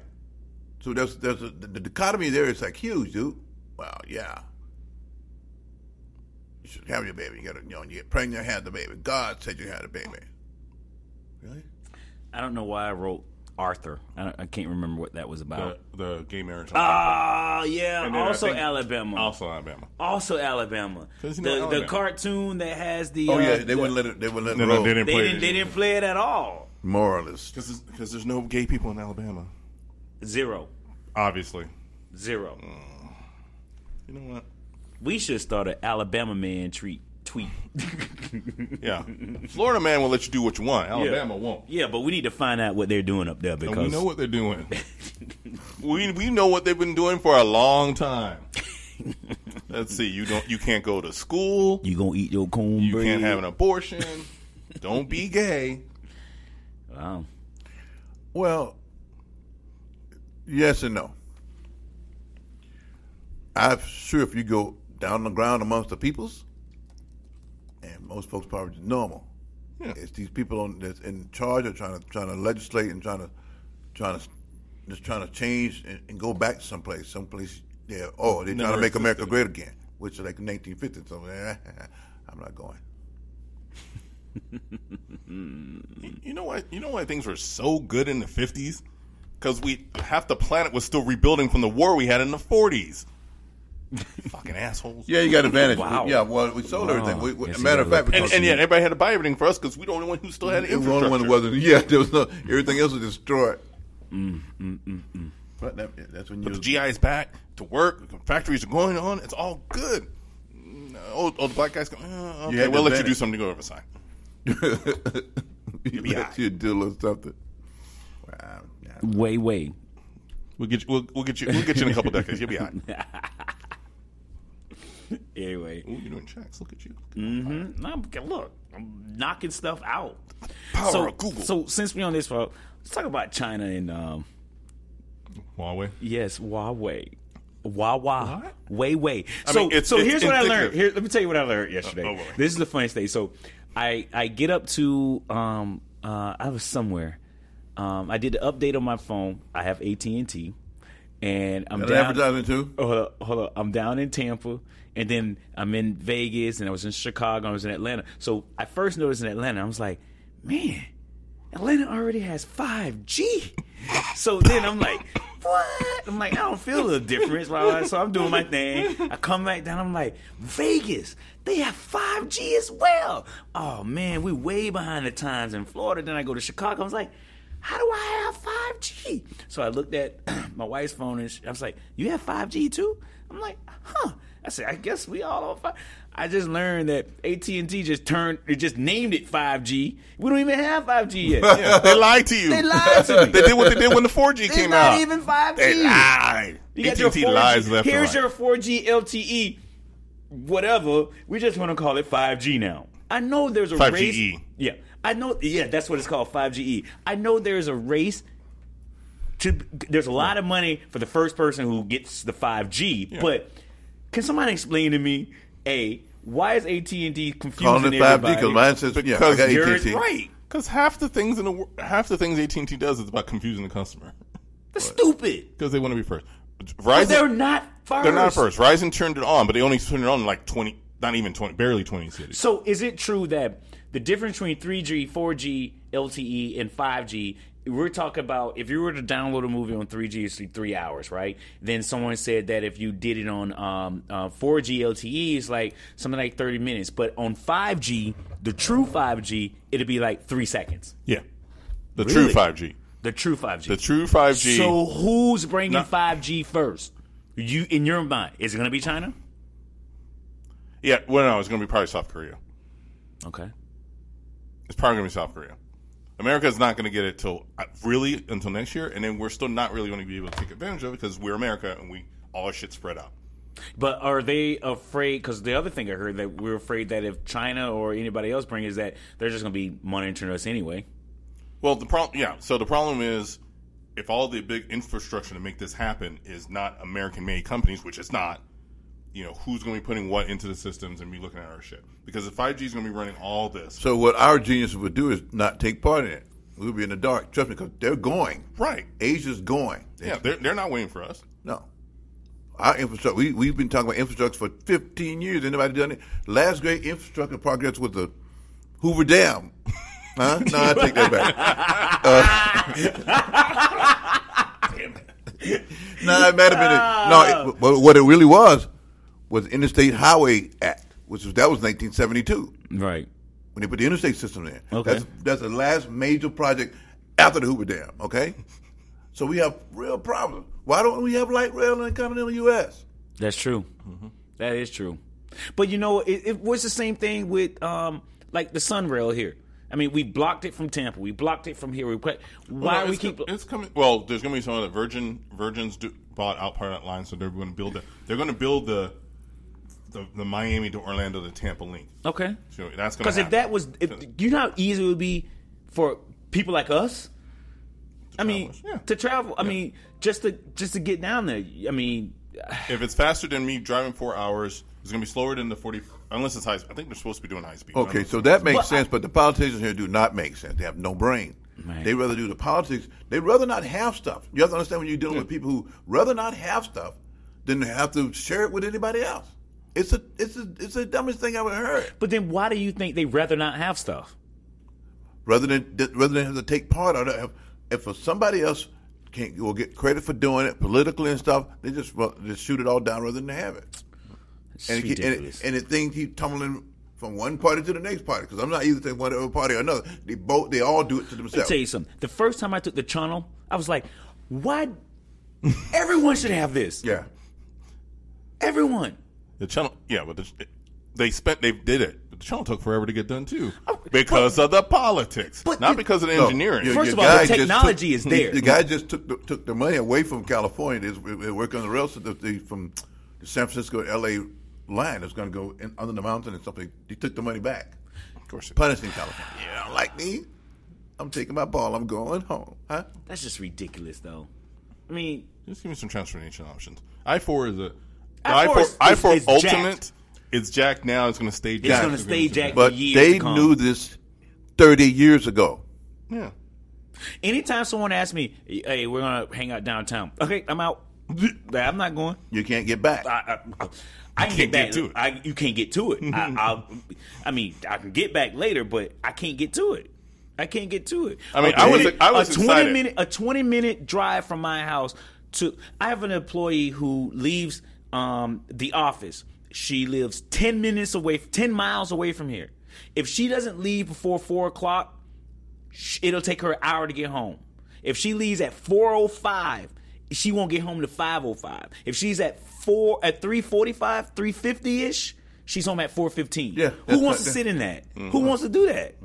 Speaker 3: So there's there's a, the, the dichotomy there is like huge, dude. Wow, yeah. You should have your baby. You got to you know you get pregnant, have the baby. God said you had a baby. Really?
Speaker 4: I don't know why I wrote Arthur. I, don't, I can't remember what that was
Speaker 2: The,
Speaker 4: about.
Speaker 2: the gay marriage.
Speaker 4: Ah, yeah.
Speaker 2: And then I
Speaker 4: Also
Speaker 2: think-
Speaker 4: Alabama.
Speaker 2: also Alabama.
Speaker 4: also Alabama.
Speaker 2: 'Cause
Speaker 4: the
Speaker 2: you know Alabama.
Speaker 4: the cartoon that has the
Speaker 3: Oh
Speaker 4: uh,
Speaker 3: yeah,
Speaker 4: the-
Speaker 3: they wouldn't let it. They wouldn't let it
Speaker 2: No,
Speaker 3: roll.
Speaker 2: no, they didn't
Speaker 4: they
Speaker 2: play
Speaker 4: didn't they didn't play it at all.
Speaker 3: Moralist.
Speaker 2: because because there's no gay people in Alabama.
Speaker 4: Zero.
Speaker 2: Obviously,
Speaker 4: Zero.
Speaker 2: Mm. you know what?
Speaker 4: We should start an Alabama man treat tweet.
Speaker 2: Yeah, Florida man will let you do what you want. Alabama won't.
Speaker 4: yeah, but we need to find out what they're doing up there because
Speaker 2: And we know what they're doing. we we know what they've been doing for a long time. Let's see. You don't. You can't go to school.
Speaker 4: you gonna eat your cornbread.
Speaker 2: You can't have an abortion. Don't be gay.
Speaker 4: Wow.
Speaker 3: Well, yes and no. I'm sure if you go down on the ground amongst the peoples, and most folks probably just normal.
Speaker 2: Yeah.
Speaker 3: It's these people on that's in charge are trying to trying to legislate and trying to trying to just trying to change and, and go back someplace, someplace. Yeah. Oh, they're trying
Speaker 2: Never
Speaker 3: to make America
Speaker 2: existed.
Speaker 3: great again, which is like 1950 or something. eh, I'm not going.
Speaker 2: You know why? You know why things were so good in the fifties? Because we half the planet was still rebuilding from the war we had in the forties. Fucking assholes.
Speaker 3: Yeah, you got advantage.
Speaker 4: Wow. Oh,
Speaker 3: Yeah. Well, we sold everything. We, we,
Speaker 4: Yes,
Speaker 3: a
Speaker 4: you
Speaker 3: matter
Speaker 4: gotta
Speaker 3: of fact,
Speaker 4: look.
Speaker 2: And,
Speaker 3: because
Speaker 2: and yet everybody had to buy everything for us because we the only one who still had
Speaker 3: It was the only
Speaker 2: infrastructure.
Speaker 3: one that wasn't. Yeah, there was no. Everything else was destroyed. But that, that's when you.
Speaker 2: But the GI is back to work. The factories are going on. It's all good. Mm, No, Old, old black guys go, eh,
Speaker 3: You
Speaker 2: okay,
Speaker 3: had
Speaker 2: we'll
Speaker 3: to
Speaker 2: let you
Speaker 3: vet
Speaker 2: do
Speaker 3: it.
Speaker 2: something to go over sign.
Speaker 3: you
Speaker 2: be
Speaker 3: let
Speaker 2: high.
Speaker 3: your dealer something. Wow. yeah.
Speaker 4: Way, way.
Speaker 2: We'll get you. We'll, we'll get you. We'll get you in a couple decades. You'll be all right.
Speaker 4: Anyway,
Speaker 2: Ooh, you're doing checks. Look at you.
Speaker 4: Mm. I'm, look, I'm knocking stuff out.
Speaker 2: Power
Speaker 4: so,
Speaker 2: of Google.
Speaker 4: So since we on this, for let's talk about China and um,
Speaker 2: Huawei.
Speaker 4: yes, Huawei. Wawa, way, way.
Speaker 2: I
Speaker 4: So,
Speaker 2: mean, it's-
Speaker 4: so
Speaker 2: it's
Speaker 4: here's what I
Speaker 2: indicative.
Speaker 4: learned. Here, let me tell you what I learned yesterday.
Speaker 2: oh, boy.
Speaker 4: this is the funniest thing. So, I I get up to um uh I was somewhere. Um, I did the update on my phone. I have AT and T, and I'm
Speaker 3: That
Speaker 4: down.
Speaker 3: advertising too.
Speaker 4: Oh, hold up, hold up. I'm down in Tampa, and then I'm in Vegas, and I was in Chicago, and I was in Atlanta. So I first noticed in Atlanta, I was like, man, Atlanta already has 5G. So then I'm like, what? I'm like, I don't feel the difference. Blah, blah, blah. So I'm doing my thing. I come back down, I'm like, Vegas, they have 5G as well. Oh, man, we way behind the times in Florida. Then I go to Chicago, I was like, how do I have 5G? So I looked at my wife's phone and she, I was like, You have 5G too? I'm like, Huh. I said, I guess we all on 5 I just learned that AT&T just turned, it just named it 5G. We don't even have 5G yet.
Speaker 2: they lied to you.
Speaker 4: They lied to me.
Speaker 2: They did what they did when the 4G
Speaker 4: It's
Speaker 2: came
Speaker 4: not
Speaker 2: out.
Speaker 4: even 5G.
Speaker 2: They lied.
Speaker 4: You got your
Speaker 2: AT&T
Speaker 4: 4G.
Speaker 2: lies left
Speaker 4: Here's
Speaker 2: and
Speaker 4: your
Speaker 2: right.
Speaker 4: 4G LTE, E. whatever. We just want to call it 5G now. I know there's a
Speaker 2: 5GE.
Speaker 4: race. Yeah, I know. Yeah, that's what it's called, 5GE. I know there's a race. To there's a lot of money for the first person who gets the 5G, but can somebody explain to me, a why is AT and T
Speaker 3: Calling
Speaker 4: confusing
Speaker 3: it 5G
Speaker 4: everybody?
Speaker 3: because mine says yeah, I
Speaker 2: Because
Speaker 3: got
Speaker 4: You're
Speaker 3: AT&T.
Speaker 4: right.
Speaker 2: Because half the things in the wor- half the things AT and T does is about confusing the customer
Speaker 4: That's stupid.
Speaker 2: because they want to be first.
Speaker 4: But
Speaker 2: Verizon,
Speaker 4: they're not first.
Speaker 2: they're not first. Verizon turned it on, but they only turned it on in like twenty, not even twenty, barely twenty cities.
Speaker 4: So is it true that the difference between 3G, 4G, LTE, E, and 5G? We're talking about if you were to download a movie on 3G, it's like three hours, right? Then someone said that if you did it on um, uh, 4G LTE, E, it's like something like 30 minutes. But on 5G, the true 5G, it'll be like three seconds.
Speaker 2: Yeah, the true
Speaker 4: Really?
Speaker 2: five G,
Speaker 4: The true 5G.
Speaker 2: the true five G.
Speaker 4: so who's bringing 5G first? You in your mind, is it going to be China?
Speaker 2: yeah, well, no, it's going to be probably South Korea.
Speaker 4: Okay.
Speaker 2: It's probably going to be South Korea. America's not going to get it till uh, really until next year, and then we're still not really going to be able to take advantage of it because we're America and we all our shit spread out.
Speaker 4: But are they afraid? Because the other thing I heard that we're afraid that if China or anybody else bring is that they're just going to be monitoring us anyway.
Speaker 2: Well, the problem, yeah. So the problem is, if all the big infrastructure to make this happen is not American-made companies, which it's not, you know, who's going to be putting what into the systems and be looking at our shit? Because if five G is going to be running all this,
Speaker 3: So what our geniuses would do is not take part in it. We'll be in the dark. Trust me, because they're going.
Speaker 2: right?
Speaker 3: Asia's going. They-
Speaker 2: Yeah, they're they're not waiting for us.
Speaker 3: No. Our infrastructure. We we've been talking about infrastructure for 15 years. Anybody done it? Last great infrastructure progress was the Hoover Dam. Huh? No, I take that back. Uh, no, it might have been. A, no, it, but what it really was was the Interstate Highway Act, which was that was 1972
Speaker 4: Right.
Speaker 3: when they put the interstate system in.
Speaker 4: Okay.
Speaker 3: That's, that's the last major project after the Hoover Dam, okay? So we have real problems. Why don't we have light rail in the continental U.S.?
Speaker 4: That's true. That is true. Mm-hmm. But you know, it, it was the same thing with um, like the Sun Rail here. I mean, we blocked it from Tampa. We blocked it from here. We put, why
Speaker 2: Well, no,
Speaker 4: we
Speaker 2: it's
Speaker 4: keep?
Speaker 2: co- it's coming. Well, there's going to be some of the Virgin Virgins do, bought out part of that line, so they're going to build the they're going to build the, the the Miami to Orlando to Tampa link.
Speaker 4: okay.
Speaker 2: So that's going to
Speaker 4: Because if that was, if, you know how easy it would be for people like us. I mean,
Speaker 2: travelers, yeah.
Speaker 4: to travel. I mean, just to just to get down there. I mean,
Speaker 2: If it's faster than me driving four hours, it's going to be slower than the 40, unless it's high I think they're supposed to be doing high speed.
Speaker 3: Okay,
Speaker 2: so
Speaker 3: so that makes
Speaker 4: Well, I-
Speaker 3: sense, but the politicians here do not make sense. They have no brain.
Speaker 4: Right.
Speaker 3: They rather do the politics. They rather not have stuff. You have to understand when you're dealing with people who rather not have stuff than have to share it with anybody else. It's a it's a it's the dumbest thing I've ever heard.
Speaker 4: But then why do you think they rather not have stuff?
Speaker 3: rather than th- rather than have to take part or if, if for somebody else can't will get credit for doing it politically and stuff, they just well, just shoot it all down rather than have it.
Speaker 4: It's
Speaker 3: And it, and, it, and the thing keep tumbling from one party to the next party because I'm not either to one other party or another. They both they all do it to
Speaker 4: Let me
Speaker 3: themselves.
Speaker 4: tell you something. The first time I took the channel, I was like, why Everyone should have this.
Speaker 3: Yeah.
Speaker 4: Everyone.
Speaker 2: The channel, yeah, but the, they spent, they did it. But the channel took forever to get done too, because of the politics,
Speaker 4: Oh, but
Speaker 2: not
Speaker 4: the-
Speaker 2: because of the
Speaker 3: No,
Speaker 2: engineering.
Speaker 3: your-
Speaker 4: First
Speaker 3: your
Speaker 4: of all, the
Speaker 3: guy just
Speaker 4: technology is there.
Speaker 3: The guy just took the, took the money away from California. Is working on the rail the, the, from the San Francisco L.A. line that's going to go in, under the mountain and something. He took the money back,
Speaker 2: of course,
Speaker 3: punishing California. You don't like me? I'm taking my ball. I'm going home. Huh?
Speaker 4: That's just ridiculous, though. I mean,
Speaker 2: just give me some transportation options. I four is a
Speaker 4: I
Speaker 2: I
Speaker 4: four
Speaker 2: four
Speaker 4: is-
Speaker 2: I
Speaker 4: is-
Speaker 2: four
Speaker 4: is jacked.
Speaker 2: ultimate. It's Jack now. It's going to stay Jack.
Speaker 4: gonna stay jacked.
Speaker 2: But
Speaker 3: But
Speaker 4: years
Speaker 3: they
Speaker 4: to come.
Speaker 3: knew this 30 years ago.
Speaker 2: yeah,
Speaker 4: anytime someone asks me, "Hey, we're gonna hang out downtown," okay, I'm out. Like, I'm not going.
Speaker 3: You can't get back.
Speaker 4: I, I, I, I can get
Speaker 2: can't
Speaker 4: back
Speaker 2: get
Speaker 4: to
Speaker 2: to
Speaker 4: it.
Speaker 2: it.
Speaker 4: I, you can't get to it. I, I'll, I mean, I can get back later, but I can't get to it. I can't get to it.
Speaker 2: I mean,
Speaker 4: A
Speaker 2: I was-
Speaker 4: 20
Speaker 2: I was
Speaker 4: a twenty
Speaker 2: excited.
Speaker 4: minute a twenty minute drive from my house to. I have an employee who leaves um, the office. She lives ten minutes away, ten miles away from here. If she doesn't leave before four o'clock, sh- it'll take her an hour to get home. If she leaves at 4:05, she won't get home to 5:05. If she's at 4 at 3:45, 3:50ish, she's home at 4:15.
Speaker 3: Yeah,
Speaker 4: Who
Speaker 3: that's
Speaker 4: wants
Speaker 3: right. Mm-hmm.
Speaker 4: to sit in that? Who wants to do that?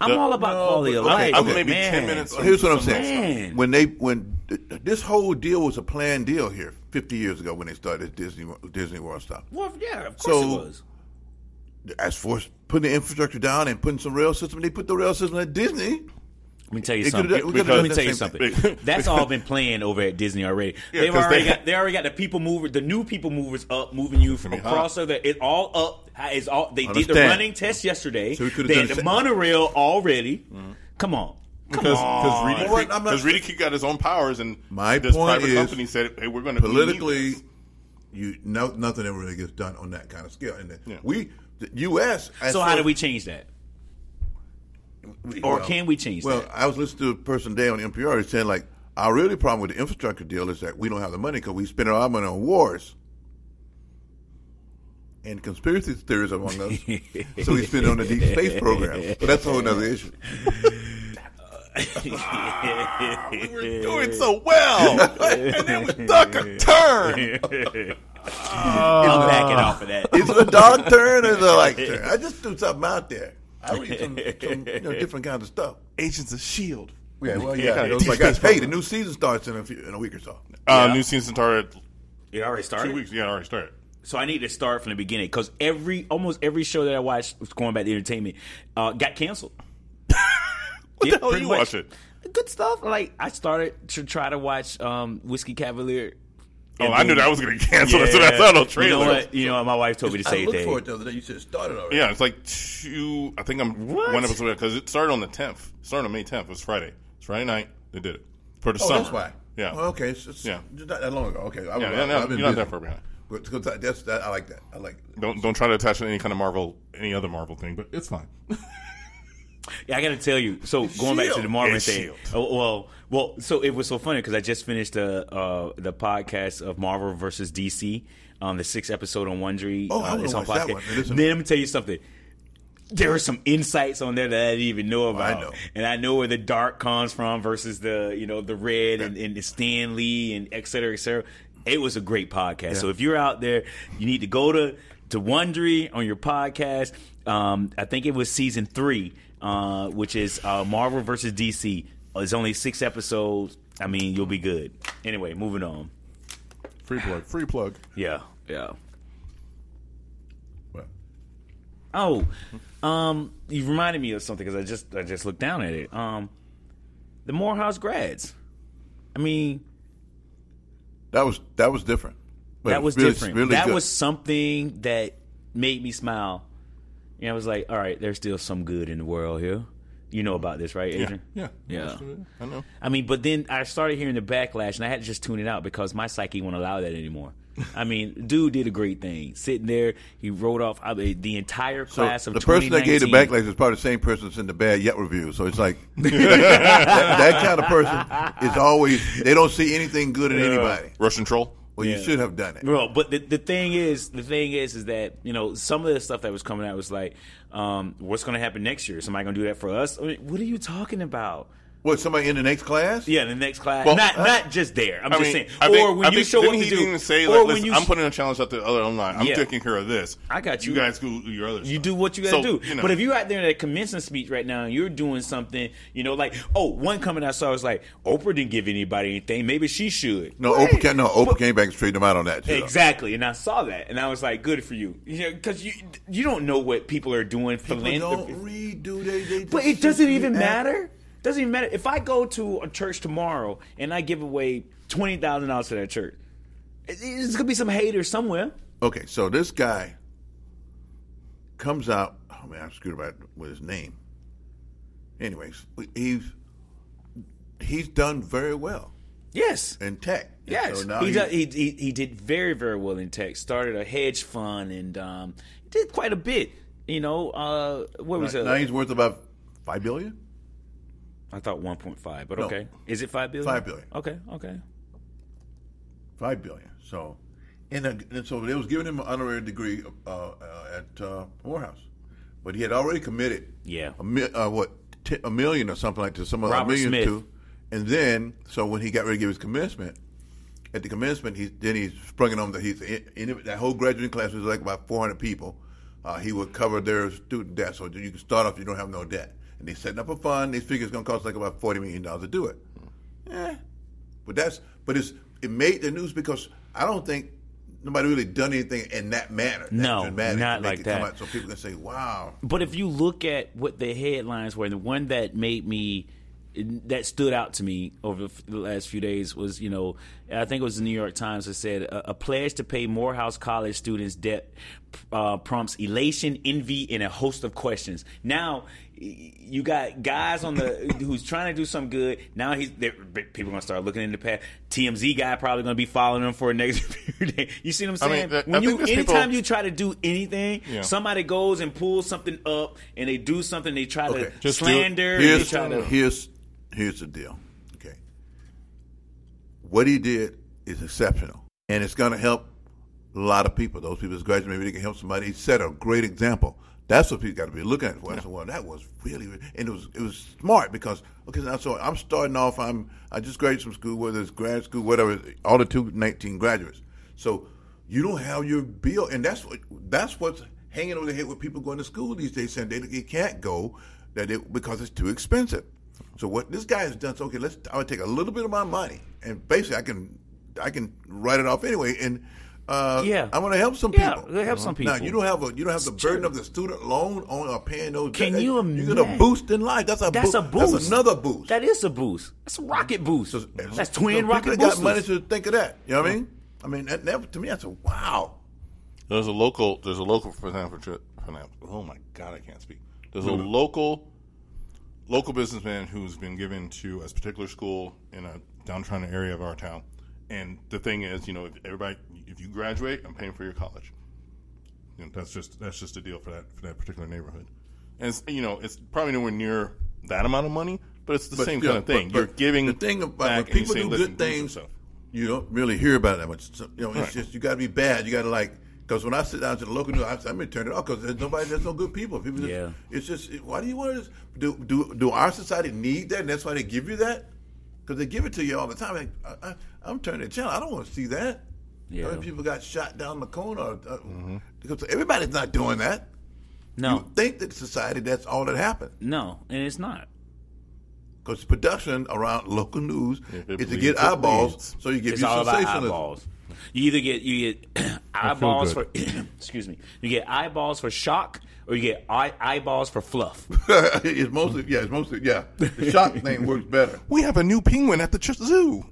Speaker 4: I'm
Speaker 2: The-
Speaker 4: all about
Speaker 3: No,
Speaker 4: quality
Speaker 3: but-
Speaker 4: of
Speaker 3: okay,
Speaker 4: life.
Speaker 2: I'm
Speaker 3: okay.
Speaker 2: maybe
Speaker 4: man.
Speaker 2: ten minutes.
Speaker 3: So here's what I'm
Speaker 2: from-
Speaker 3: saying.
Speaker 4: Man.
Speaker 3: When they when th- th- this whole deal was a planned deal here 50 years ago when they started Disney Disney World stuff.
Speaker 4: Well, yeah, of course
Speaker 3: So-
Speaker 4: it was.
Speaker 3: As for putting the infrastructure down and putting some rail system, they put the rail system at Disney.
Speaker 4: Let me tell you
Speaker 3: They could've
Speaker 4: something.
Speaker 3: done- we could've
Speaker 4: Let
Speaker 3: done
Speaker 4: me
Speaker 3: the
Speaker 4: tell you
Speaker 3: same
Speaker 4: something.
Speaker 2: thing.
Speaker 4: That's all been planned over at Disney already.
Speaker 2: Yeah,
Speaker 4: They've
Speaker 2: 'cause
Speaker 4: already
Speaker 2: they-
Speaker 4: got they already got the people mover, the new people movers up, moving you from
Speaker 2: gonna be
Speaker 4: across so that it all up. It's all they did the
Speaker 3: Understand.
Speaker 4: running test yesterday.
Speaker 3: So we could've
Speaker 4: they
Speaker 3: done
Speaker 4: had
Speaker 3: the
Speaker 4: the
Speaker 3: Mm-hmm. same-
Speaker 4: monorail already. Come on, come
Speaker 2: Because
Speaker 4: on.
Speaker 2: Reedy,
Speaker 3: Well, I'm not-
Speaker 2: because Reedy Creek got his own powers, and
Speaker 3: My
Speaker 2: this
Speaker 3: point
Speaker 2: private
Speaker 3: is,
Speaker 2: company said, "Hey, we're going to
Speaker 3: Politically, you no nothing ever really gets done on that kind of scale. And the-
Speaker 2: Yeah.
Speaker 3: we, the U.S. as
Speaker 4: so
Speaker 3: far
Speaker 4: how do
Speaker 3: as-
Speaker 4: we change that?
Speaker 3: we-
Speaker 4: or can we change
Speaker 3: Well,
Speaker 4: that?
Speaker 3: I was listening to a person today on NPR who's saying like our really problem with the infrastructure deal is that we don't have the money because we spend our money on wars. And conspiracy theories among us, so we spend it on the deep space program. But that's a whole other issue.
Speaker 2: We were doing so well, and then we took a turn.
Speaker 4: I'm backing off of that.
Speaker 3: Is Uh, it a dog turn or is it a light turn? I just threw something out there. I read some, some you know, different kinds of stuff.
Speaker 2: Agents of Shield.
Speaker 3: Yeah, well,
Speaker 2: Yeah,
Speaker 3: yeah.
Speaker 2: deep
Speaker 3: Those like, I-
Speaker 2: space
Speaker 3: hey, the
Speaker 2: program.
Speaker 3: new season starts in a, few, in a week or so.
Speaker 2: Uh, New season started
Speaker 4: It already started.
Speaker 2: two weeks. Yeah, I already started.
Speaker 4: So I need to start from the beginning because every almost every show that I watched was going back to entertainment uh, got canceled. what
Speaker 2: the hell you watching?
Speaker 4: Good stuff. Like I started to try to watch um, Whiskey Cavalier.
Speaker 2: Oh,
Speaker 4: And
Speaker 2: I knew
Speaker 4: then-
Speaker 2: that was going to cancel. That's what I saw on the trailer.
Speaker 4: You know what? You know what? My wife told me the
Speaker 3: I
Speaker 4: same
Speaker 3: looked
Speaker 4: thing.
Speaker 3: for it the other day. You said it started already.
Speaker 2: Yeah, it's like two. I think I'm
Speaker 4: What?
Speaker 2: one episode because it started on the 10th. It started on May 10th. It was Friday. It's Friday night. They did it for the
Speaker 3: Oh,
Speaker 2: summer.
Speaker 3: that's why.
Speaker 2: Yeah.
Speaker 3: Oh, okay. It's, it's
Speaker 2: Yeah.
Speaker 3: it's not that long ago. Okay. I,
Speaker 2: Yeah,
Speaker 3: I,
Speaker 2: yeah, no,
Speaker 3: I've been
Speaker 2: you're
Speaker 3: busy.
Speaker 2: not that far behind.
Speaker 3: But, 'cause I- that's that. I like that. I like. It.
Speaker 2: Don't don't try to attach it to any kind of Marvel, any other Marvel thing, but it's fine.
Speaker 4: Yeah, I got to tell you. So going back to the
Speaker 2: Shield.
Speaker 4: Marvin
Speaker 2: It's
Speaker 4: thing.
Speaker 2: Shield.
Speaker 4: Oh, well, well. So it was so funny because I just finished the uh, the podcast of Marvel versus DC, um, the sixth episode on Wondry.
Speaker 3: Oh,
Speaker 4: uh,
Speaker 3: I wanna
Speaker 4: it's on
Speaker 3: watch that
Speaker 4: podcast.
Speaker 3: one. It is a-
Speaker 4: Then let me tell you something. There are some insights on there that I didn't even know
Speaker 3: I
Speaker 4: about,
Speaker 3: know.
Speaker 4: and I know where the dark comes from versus the you know the red and, and the Stan Lee and et cetera, et cetera. It was a great podcast. So if you're out there, you need to go to to Wondery on your podcast. Um, I think it was season three, uh, which is uh, Marvel versus DC. It's only six episodes. I mean, you'll be good. Anyway, moving on.
Speaker 2: free plug, free plug.
Speaker 4: Yeah, yeah.
Speaker 3: Well,
Speaker 4: Oh, um, you reminded me of something because I just I just looked down at it. Um, the Morehouse grads. I mean,
Speaker 3: that was that was different. But
Speaker 4: that
Speaker 3: it
Speaker 4: was
Speaker 3: really-
Speaker 4: different.
Speaker 3: really
Speaker 4: that
Speaker 3: good.
Speaker 4: was something that made me smile. And I was like, all right, there's still some good in the world here. You know about this, right,
Speaker 2: Yeah,
Speaker 4: Adrian?
Speaker 2: yeah,
Speaker 4: Yeah.
Speaker 2: I know.
Speaker 4: I mean, but then I started hearing the backlash, and I had to just tune it out because my psyche won't allow that anymore. I mean, dude did a great thing. Sitting there, he wrote off I mean, the entire
Speaker 3: So
Speaker 4: class of
Speaker 3: the person that gave the
Speaker 4: 2019.
Speaker 3: backlash is probably the same person that's in the bad yet review. So it's like that, that kind of person is always they don't see anything good in anybody.
Speaker 2: Uh, Russian troll.
Speaker 3: Well, you should have done it.
Speaker 4: Well, but the, the thing is, the thing is, is that you know some of the stuff that was coming out was like, um, what's going to happen next year? Is somebody going to do that for us? I mean, what are you talking about?
Speaker 3: What? Somebody in the next class?
Speaker 4: Yeah, the next class.
Speaker 2: Well,
Speaker 4: not
Speaker 2: uh,
Speaker 4: not just there. I'm
Speaker 2: I
Speaker 4: just
Speaker 2: mean,
Speaker 4: saying.
Speaker 2: I
Speaker 4: or
Speaker 2: think,
Speaker 4: when
Speaker 2: I
Speaker 4: you
Speaker 2: think,
Speaker 4: show up
Speaker 2: didn't
Speaker 4: to
Speaker 2: he
Speaker 4: do,
Speaker 2: even say,
Speaker 4: or
Speaker 2: like, listen,
Speaker 4: when you
Speaker 2: I'm putting a challenge out to the other online. I'm
Speaker 4: Yeah.
Speaker 2: taking care of this.
Speaker 4: I got
Speaker 2: You
Speaker 4: you.
Speaker 2: guys go do your other.
Speaker 4: You
Speaker 2: stuff."
Speaker 4: do what you gotta
Speaker 2: So,
Speaker 4: do.
Speaker 2: you know.
Speaker 4: But if you're out there at a commencement speech right now and you're doing something, you know, like, oh, one comment I saw was like, Oprah didn't give anybody anything. Maybe she should.
Speaker 3: No, Oprah can't. No, Oprah came back and straightened them out on that. Too.
Speaker 4: Exactly, and I saw that, and I was like, "Good for you," because you you don't know what people are doing.
Speaker 3: People
Speaker 4: philanthropy-
Speaker 3: don't read, do they? they
Speaker 4: But
Speaker 3: just
Speaker 4: it doesn't
Speaker 3: simply
Speaker 4: even
Speaker 3: act-
Speaker 4: matter. Doesn't even matter. If I go to a church tomorrow and I give away twenty thousand dollars to that church, it- it's gonna be some hater somewhere.
Speaker 3: Okay, so this guy comes out. Oh man, I'm screwed about with his name. Anyways, he's he's done very well
Speaker 4: Yes.
Speaker 3: in tech. And
Speaker 4: Yes.
Speaker 3: so now
Speaker 4: he,
Speaker 3: he-
Speaker 4: does, he, he he did very very well in tech. Started a hedge fund and um, did quite a bit. You know, uh, what was
Speaker 3: now,
Speaker 4: it?
Speaker 3: now he's worth about five billion.
Speaker 4: I thought one point five, but
Speaker 3: No.
Speaker 4: okay. Is it five billion?
Speaker 3: Five billion.
Speaker 4: Okay. Okay.
Speaker 3: Five billion. So, and, uh, and so they was giving him an honorary degree uh, uh, at uh, Morehouse, but he had already committed.
Speaker 4: Yeah.
Speaker 3: A mi- uh, what t- a million or something like to some other
Speaker 4: Robert
Speaker 3: million
Speaker 4: Smith.
Speaker 3: to, and then so when he got ready to give his commencement, at the commencement he then he sprung it on that he's in, in that whole graduating class was like about four hundred people. Uh, he would cover their student debt, so you can start off you don't have no debt. And they setting up a fund. They figure it's going to cost like about forty million dollars to do it. Eh, but that's but it's it made the news because I don't think nobody really done anything in that manner. that
Speaker 4: No,
Speaker 3: dramatic to
Speaker 4: not
Speaker 3: make
Speaker 4: like
Speaker 3: it come
Speaker 4: that.
Speaker 3: out so people can say, "Wow."
Speaker 4: But if you look at what the headlines were, the one that made me that stood out to me over the- the last few days was, you know, I think it was the New York Times that said a, a pledge to pay Morehouse College students debt uh, prompts elation, envy, and a host of questions. Now y- you got guys on the who's trying to do some good. Now he's they're- people gonna start looking in the past. TMZ guy probably gonna be following him for the next few days. You see what I'm
Speaker 2: I mean,
Speaker 4: saying?
Speaker 2: that- I
Speaker 4: when
Speaker 2: think
Speaker 4: you
Speaker 2: there's
Speaker 4: anytime
Speaker 2: people-
Speaker 4: you try to do anything,
Speaker 2: Yeah.
Speaker 4: somebody goes and pulls something up and they do something, they try
Speaker 3: Okay.
Speaker 4: to
Speaker 2: Just do it.
Speaker 4: slander, they
Speaker 3: Here's
Speaker 4: try to
Speaker 3: here's here's the deal. Okay, what he did is exceptional, and it's going to help a lot of people. Those people that's graduating, maybe they can help somebody. He set a great example. That's what people got to be looking at. For. I said, well, that was really, and it was it was smart because okay, now so I'm starting off. I'm I just graduated from school, whether it's grad school, whatever. All the two nineteen graduates. So you don't have your bill, and that's what that's what's hanging over the head with people going to school these days, saying they, they can't go that it, because it's too expensive. So what this guy has done? So okay, let's. I would take a little bit of my money, and basically I can I can write it off anyway, and uh,
Speaker 4: Yeah.
Speaker 3: I'm going to help some
Speaker 4: Yeah,
Speaker 3: people.
Speaker 4: they help some
Speaker 3: Now
Speaker 4: people.
Speaker 3: you don't have a you don't have the burden of the student loan on or paying those.
Speaker 4: Can
Speaker 3: that-
Speaker 4: you
Speaker 3: You're going
Speaker 4: imagine?
Speaker 3: to boost in life. That's a
Speaker 4: That's
Speaker 3: boo-
Speaker 4: a boost.
Speaker 3: That's another boost.
Speaker 4: That is a boost. That's a rocket boost.
Speaker 3: So-
Speaker 4: That's
Speaker 3: so
Speaker 4: twin
Speaker 3: people
Speaker 4: rocket
Speaker 3: that got money
Speaker 4: boosters.
Speaker 3: to think of that. You know what I mean? I mean that, that to me that's a wow.
Speaker 2: There's a local. There's a local philanthropist. Oh my god, I can't speak. There's a local, local businessman who's been given to a particular school in a downtown area of our town. And the thing is, you know, if everybody, if you graduate, I'm paying for your college. You know, that's just that's just a deal for that for that particular neighborhood. And it's, you know, it's probably nowhere near that amount of money, but it's the
Speaker 3: But
Speaker 2: same
Speaker 3: still,
Speaker 2: kind of
Speaker 3: but-
Speaker 2: thing.
Speaker 3: but
Speaker 2: You're giving
Speaker 3: the thing about
Speaker 2: back
Speaker 3: when
Speaker 2: and you
Speaker 3: people
Speaker 2: say,
Speaker 3: do
Speaker 2: "Listen,
Speaker 3: good
Speaker 2: do some
Speaker 3: things.
Speaker 2: stuff."
Speaker 3: You don't really hear about that much. So, you know, it's
Speaker 2: Right.
Speaker 3: just you got to be bad. You got to like because when I sit down to the local news, I, I'm gonna turn it off because there's nobody. There's no good people. People. Just,
Speaker 4: Yeah.
Speaker 3: It's just it- why do you want to do do do our society need that? And that's why they give you that because they give it to you all the time. Like, I, I, I'm turning the channel. I don't want to see that.
Speaker 4: Yeah.
Speaker 3: How many people got shot down the corner? Uh,
Speaker 2: Mm-hmm.
Speaker 3: Because everybody's not doing that.
Speaker 4: No,
Speaker 3: You think that society that's all that happened.
Speaker 4: no, and it's not.
Speaker 3: Because production around local news is
Speaker 2: it
Speaker 3: to
Speaker 2: bleeds,
Speaker 3: get
Speaker 2: it
Speaker 3: eyeballs,
Speaker 2: bleeds.
Speaker 3: so you give
Speaker 4: It's
Speaker 3: you
Speaker 4: all about
Speaker 3: sensationalism.
Speaker 4: eyeballs. You either get you get eyeballs for
Speaker 2: good.
Speaker 4: excuse me. You get eyeballs for shock, or you get eye, eyeballs for fluff.
Speaker 3: it's mostly yeah, it's mostly yeah. The shock thing works better.
Speaker 2: We have a new penguin at the ch- zoo.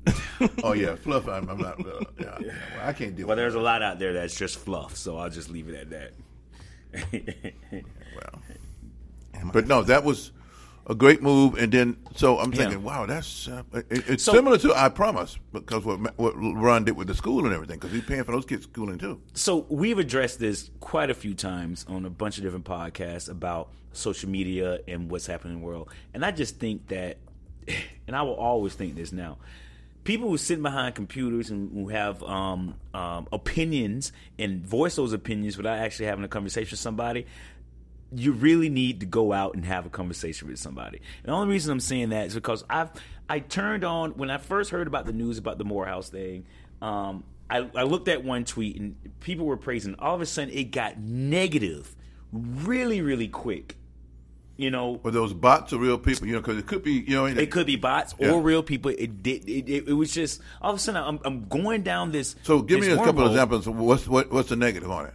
Speaker 3: Oh yeah, fluff. I'm, I'm not. Uh, yeah, yeah, well, I can't deal.
Speaker 4: Well,
Speaker 3: with
Speaker 4: there's a lot out there that's just fluff, so I'll just leave it at that.
Speaker 3: that. But no, that was a great move. And then so I'm thinking, wow, that's uh, it, it's similar to I Promise because what Ma- what Ron did with the school and everything because he's paying for those kids schooling too.
Speaker 4: so we've addressed this quite a few times on a bunch of different podcasts about social media and what's happening in the world. And I just think that, and I will always think this now. People who sit behind computers and who have um, um, opinions and voice those opinions without actually having a conversation with somebody, you really need to go out and have a conversation with somebody. And the only reason I'm saying that is because I've I turned on when I first heard about the news about the Morehouse thing. Um, I, I looked at one tweet and people were praising. All of a sudden, it got negative, really, really quick. You know,
Speaker 3: But those bots are real people, you know, because it could be, you know,
Speaker 4: it could be bots
Speaker 3: Yeah.
Speaker 4: or real people. It did. It, it, it was just all of a sudden I'm, I'm going down this.
Speaker 3: So give me
Speaker 4: this
Speaker 3: a couple
Speaker 4: wormhole.
Speaker 3: of examples. Of what's what, what's the negative on it?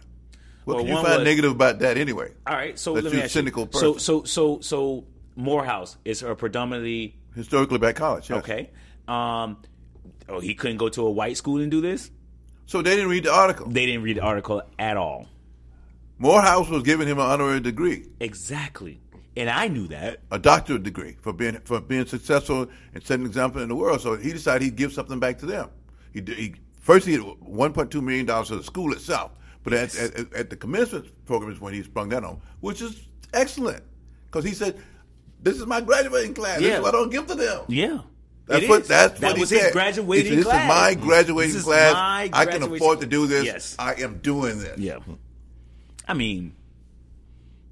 Speaker 3: What
Speaker 4: Well,
Speaker 3: can you
Speaker 4: one
Speaker 3: find
Speaker 4: was-
Speaker 3: negative about that anyway?
Speaker 4: All right, so
Speaker 3: That
Speaker 4: let
Speaker 3: you're
Speaker 4: me
Speaker 3: a
Speaker 4: ask you.
Speaker 3: cynical
Speaker 4: So
Speaker 3: person.
Speaker 4: so so so Morehouse is a predominantly
Speaker 3: Historically black college. yes.
Speaker 4: okay. Um, oh, he couldn't go to a white school and do this.
Speaker 3: So they didn't read the article.
Speaker 4: They didn't read the article at all.
Speaker 3: Morehouse was giving him an honorary degree,
Speaker 4: Exactly, and I knew that.
Speaker 3: a doctorate degree for being for being successful and setting an example in the world. So he decided he'd give something back to them. He, did- he first he had one point two million dollars to the school itself, but at, at, at the commencement program is when he sprung that on, which is excellent because he said, "This is my graduating class. This
Speaker 4: Yeah.
Speaker 3: is what I don't give to them."
Speaker 4: Yeah.
Speaker 3: That's
Speaker 4: It
Speaker 3: what.
Speaker 4: is.
Speaker 3: That's
Speaker 4: that
Speaker 3: what
Speaker 4: was
Speaker 3: he
Speaker 4: his
Speaker 3: said.
Speaker 4: graduating
Speaker 3: He said, this
Speaker 4: class.
Speaker 3: is my graduating
Speaker 4: This is
Speaker 3: class.
Speaker 4: my
Speaker 3: I can
Speaker 4: graduation-
Speaker 3: afford to do this.
Speaker 4: Yes.
Speaker 3: I am doing this.
Speaker 4: Yeah. I mean,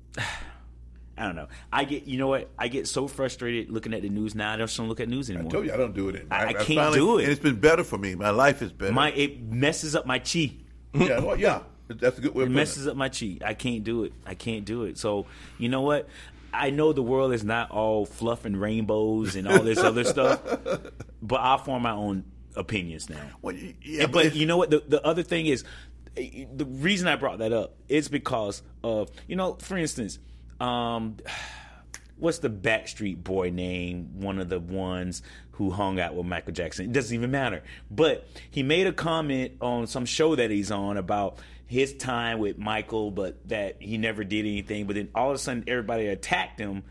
Speaker 4: I don't know. I get, you know what? I get so frustrated looking at the news now. I just don't look at news
Speaker 3: I
Speaker 4: anymore.
Speaker 3: told you I don't do it.
Speaker 4: I- I can't do it.
Speaker 3: And it's been better for me. My life is better.
Speaker 4: My it messes up my chi.
Speaker 3: yeah, well, yeah. That's a good way.
Speaker 4: It
Speaker 3: of putting
Speaker 4: messes up my chi. I can't do it. I can't do it. So you know what? I know the world is not all fluff and rainbows and all this other stuff, but I form my own opinions now.
Speaker 3: Well, y- yeah,
Speaker 4: And- but,
Speaker 3: it's-
Speaker 4: you know what? The, the other thing is, eh, the reason I brought that up is because of you know, for instance, um, what's the Backstreet Boy name? One of the ones who hung out with Michael Jackson. It doesn't even matter. But he made a comment on some show that he's on about his time with Michael, but that he never did anything. But then all of a sudden, everybody attacked him.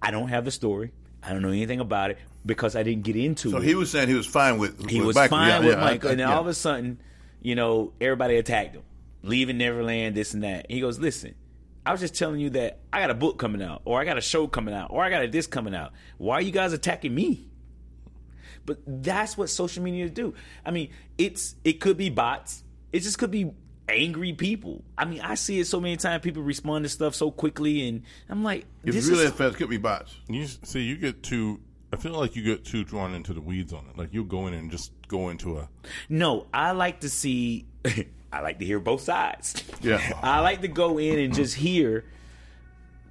Speaker 4: I don't have the story. I don't know anything about it because I didn't get into
Speaker 3: So
Speaker 4: it
Speaker 3: he was saying he was fine with.
Speaker 4: he
Speaker 3: with
Speaker 4: was
Speaker 3: Michael.
Speaker 4: fine
Speaker 3: Yeah,
Speaker 4: with
Speaker 3: yeah, I-
Speaker 4: Michael,
Speaker 3: I-
Speaker 4: and then
Speaker 3: yeah.
Speaker 4: all of a sudden, you know, everybody attacked him, leaving Neverland, this and that. He goes, "Listen, I was just telling you that I got a book coming out, or I got a show coming out, or I got a this coming out. Why are you guys attacking me?" But that's what social media do. I mean, it's it could be bots. It just could be angry people. I mean, I see it so many times. People respond to stuff so quickly, and I'm like,
Speaker 3: If
Speaker 4: "This
Speaker 3: you really
Speaker 4: is
Speaker 3: is, fast, could be bots.
Speaker 2: You s- see, you get too. I feel like you get too drawn into the weeds on it. Like you'll go in and just go into a.
Speaker 4: No, I like to see. I like to hear both sides.
Speaker 3: Yeah.
Speaker 4: I like to go in and just hear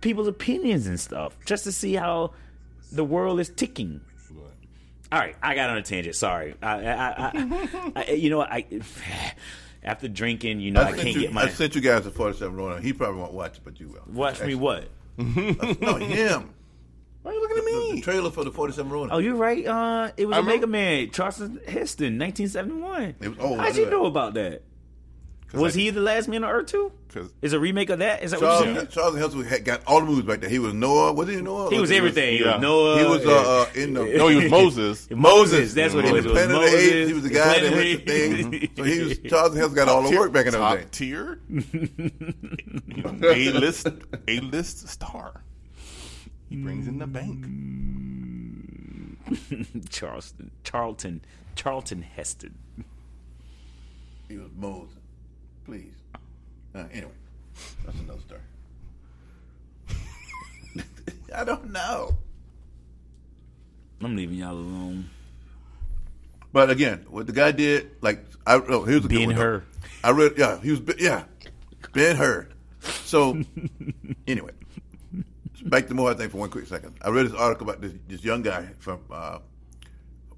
Speaker 4: people's opinions and stuff, just to see how the world is ticking. All right, I got on a tangent. Sorry, I, I, I, I, I you know, what, I after drinking, you know, I,
Speaker 3: sent
Speaker 4: can't
Speaker 3: you,
Speaker 4: get my
Speaker 3: I sent you guys a forty-seven rolling. He probably won't watch it, but you will.
Speaker 4: watch me what.
Speaker 3: No, him.
Speaker 4: Why are you looking at
Speaker 3: The, the
Speaker 4: me?
Speaker 3: trailer for the forty-seven rolling.
Speaker 4: Oh, you're right. Uh, it was
Speaker 2: I
Speaker 4: a Mega
Speaker 2: remember-
Speaker 4: Man, Charleston Heston, 1971.
Speaker 3: It was- oh,
Speaker 4: How'd
Speaker 3: I
Speaker 4: you
Speaker 3: knew
Speaker 4: know about that? Was he the last man on Earth too?
Speaker 2: 'Cause-
Speaker 4: Is a remake of that? Is that what
Speaker 3: Charles,
Speaker 4: you're saying?
Speaker 3: Charles Hensel had got all the movies back there. He was Noah. Was he Noah?
Speaker 4: He was everything. He
Speaker 2: yeah.
Speaker 4: was Noah.
Speaker 3: He was uh, uh, in the
Speaker 2: No, he was Moses.
Speaker 4: Moses. That's what
Speaker 3: In
Speaker 4: it was.
Speaker 3: the
Speaker 4: It was
Speaker 3: Planet of the Apes,
Speaker 4: Moses.
Speaker 3: he was the guy that
Speaker 4: Planet
Speaker 3: went to
Speaker 4: of the
Speaker 3: things.
Speaker 4: Apes.
Speaker 3: So he was Charles Hensel got all the work back in those
Speaker 2: top
Speaker 3: days.
Speaker 2: tier, a list, a list star. He brings in the bank.
Speaker 4: Charleston, Charlton, Charlton Heston.
Speaker 3: He was Moses. Please. Uh, anyway, that's another story. I don't know.
Speaker 4: I'm leaving y'all alone.
Speaker 3: But again, what the guy did, like I oh, here's a good one, though.
Speaker 4: Ben-Hur.
Speaker 3: I read, yeah, he was, yeah, Ben Hur. So anyway, back to more. I think for one quick second, I read this article about this this young guy from uh,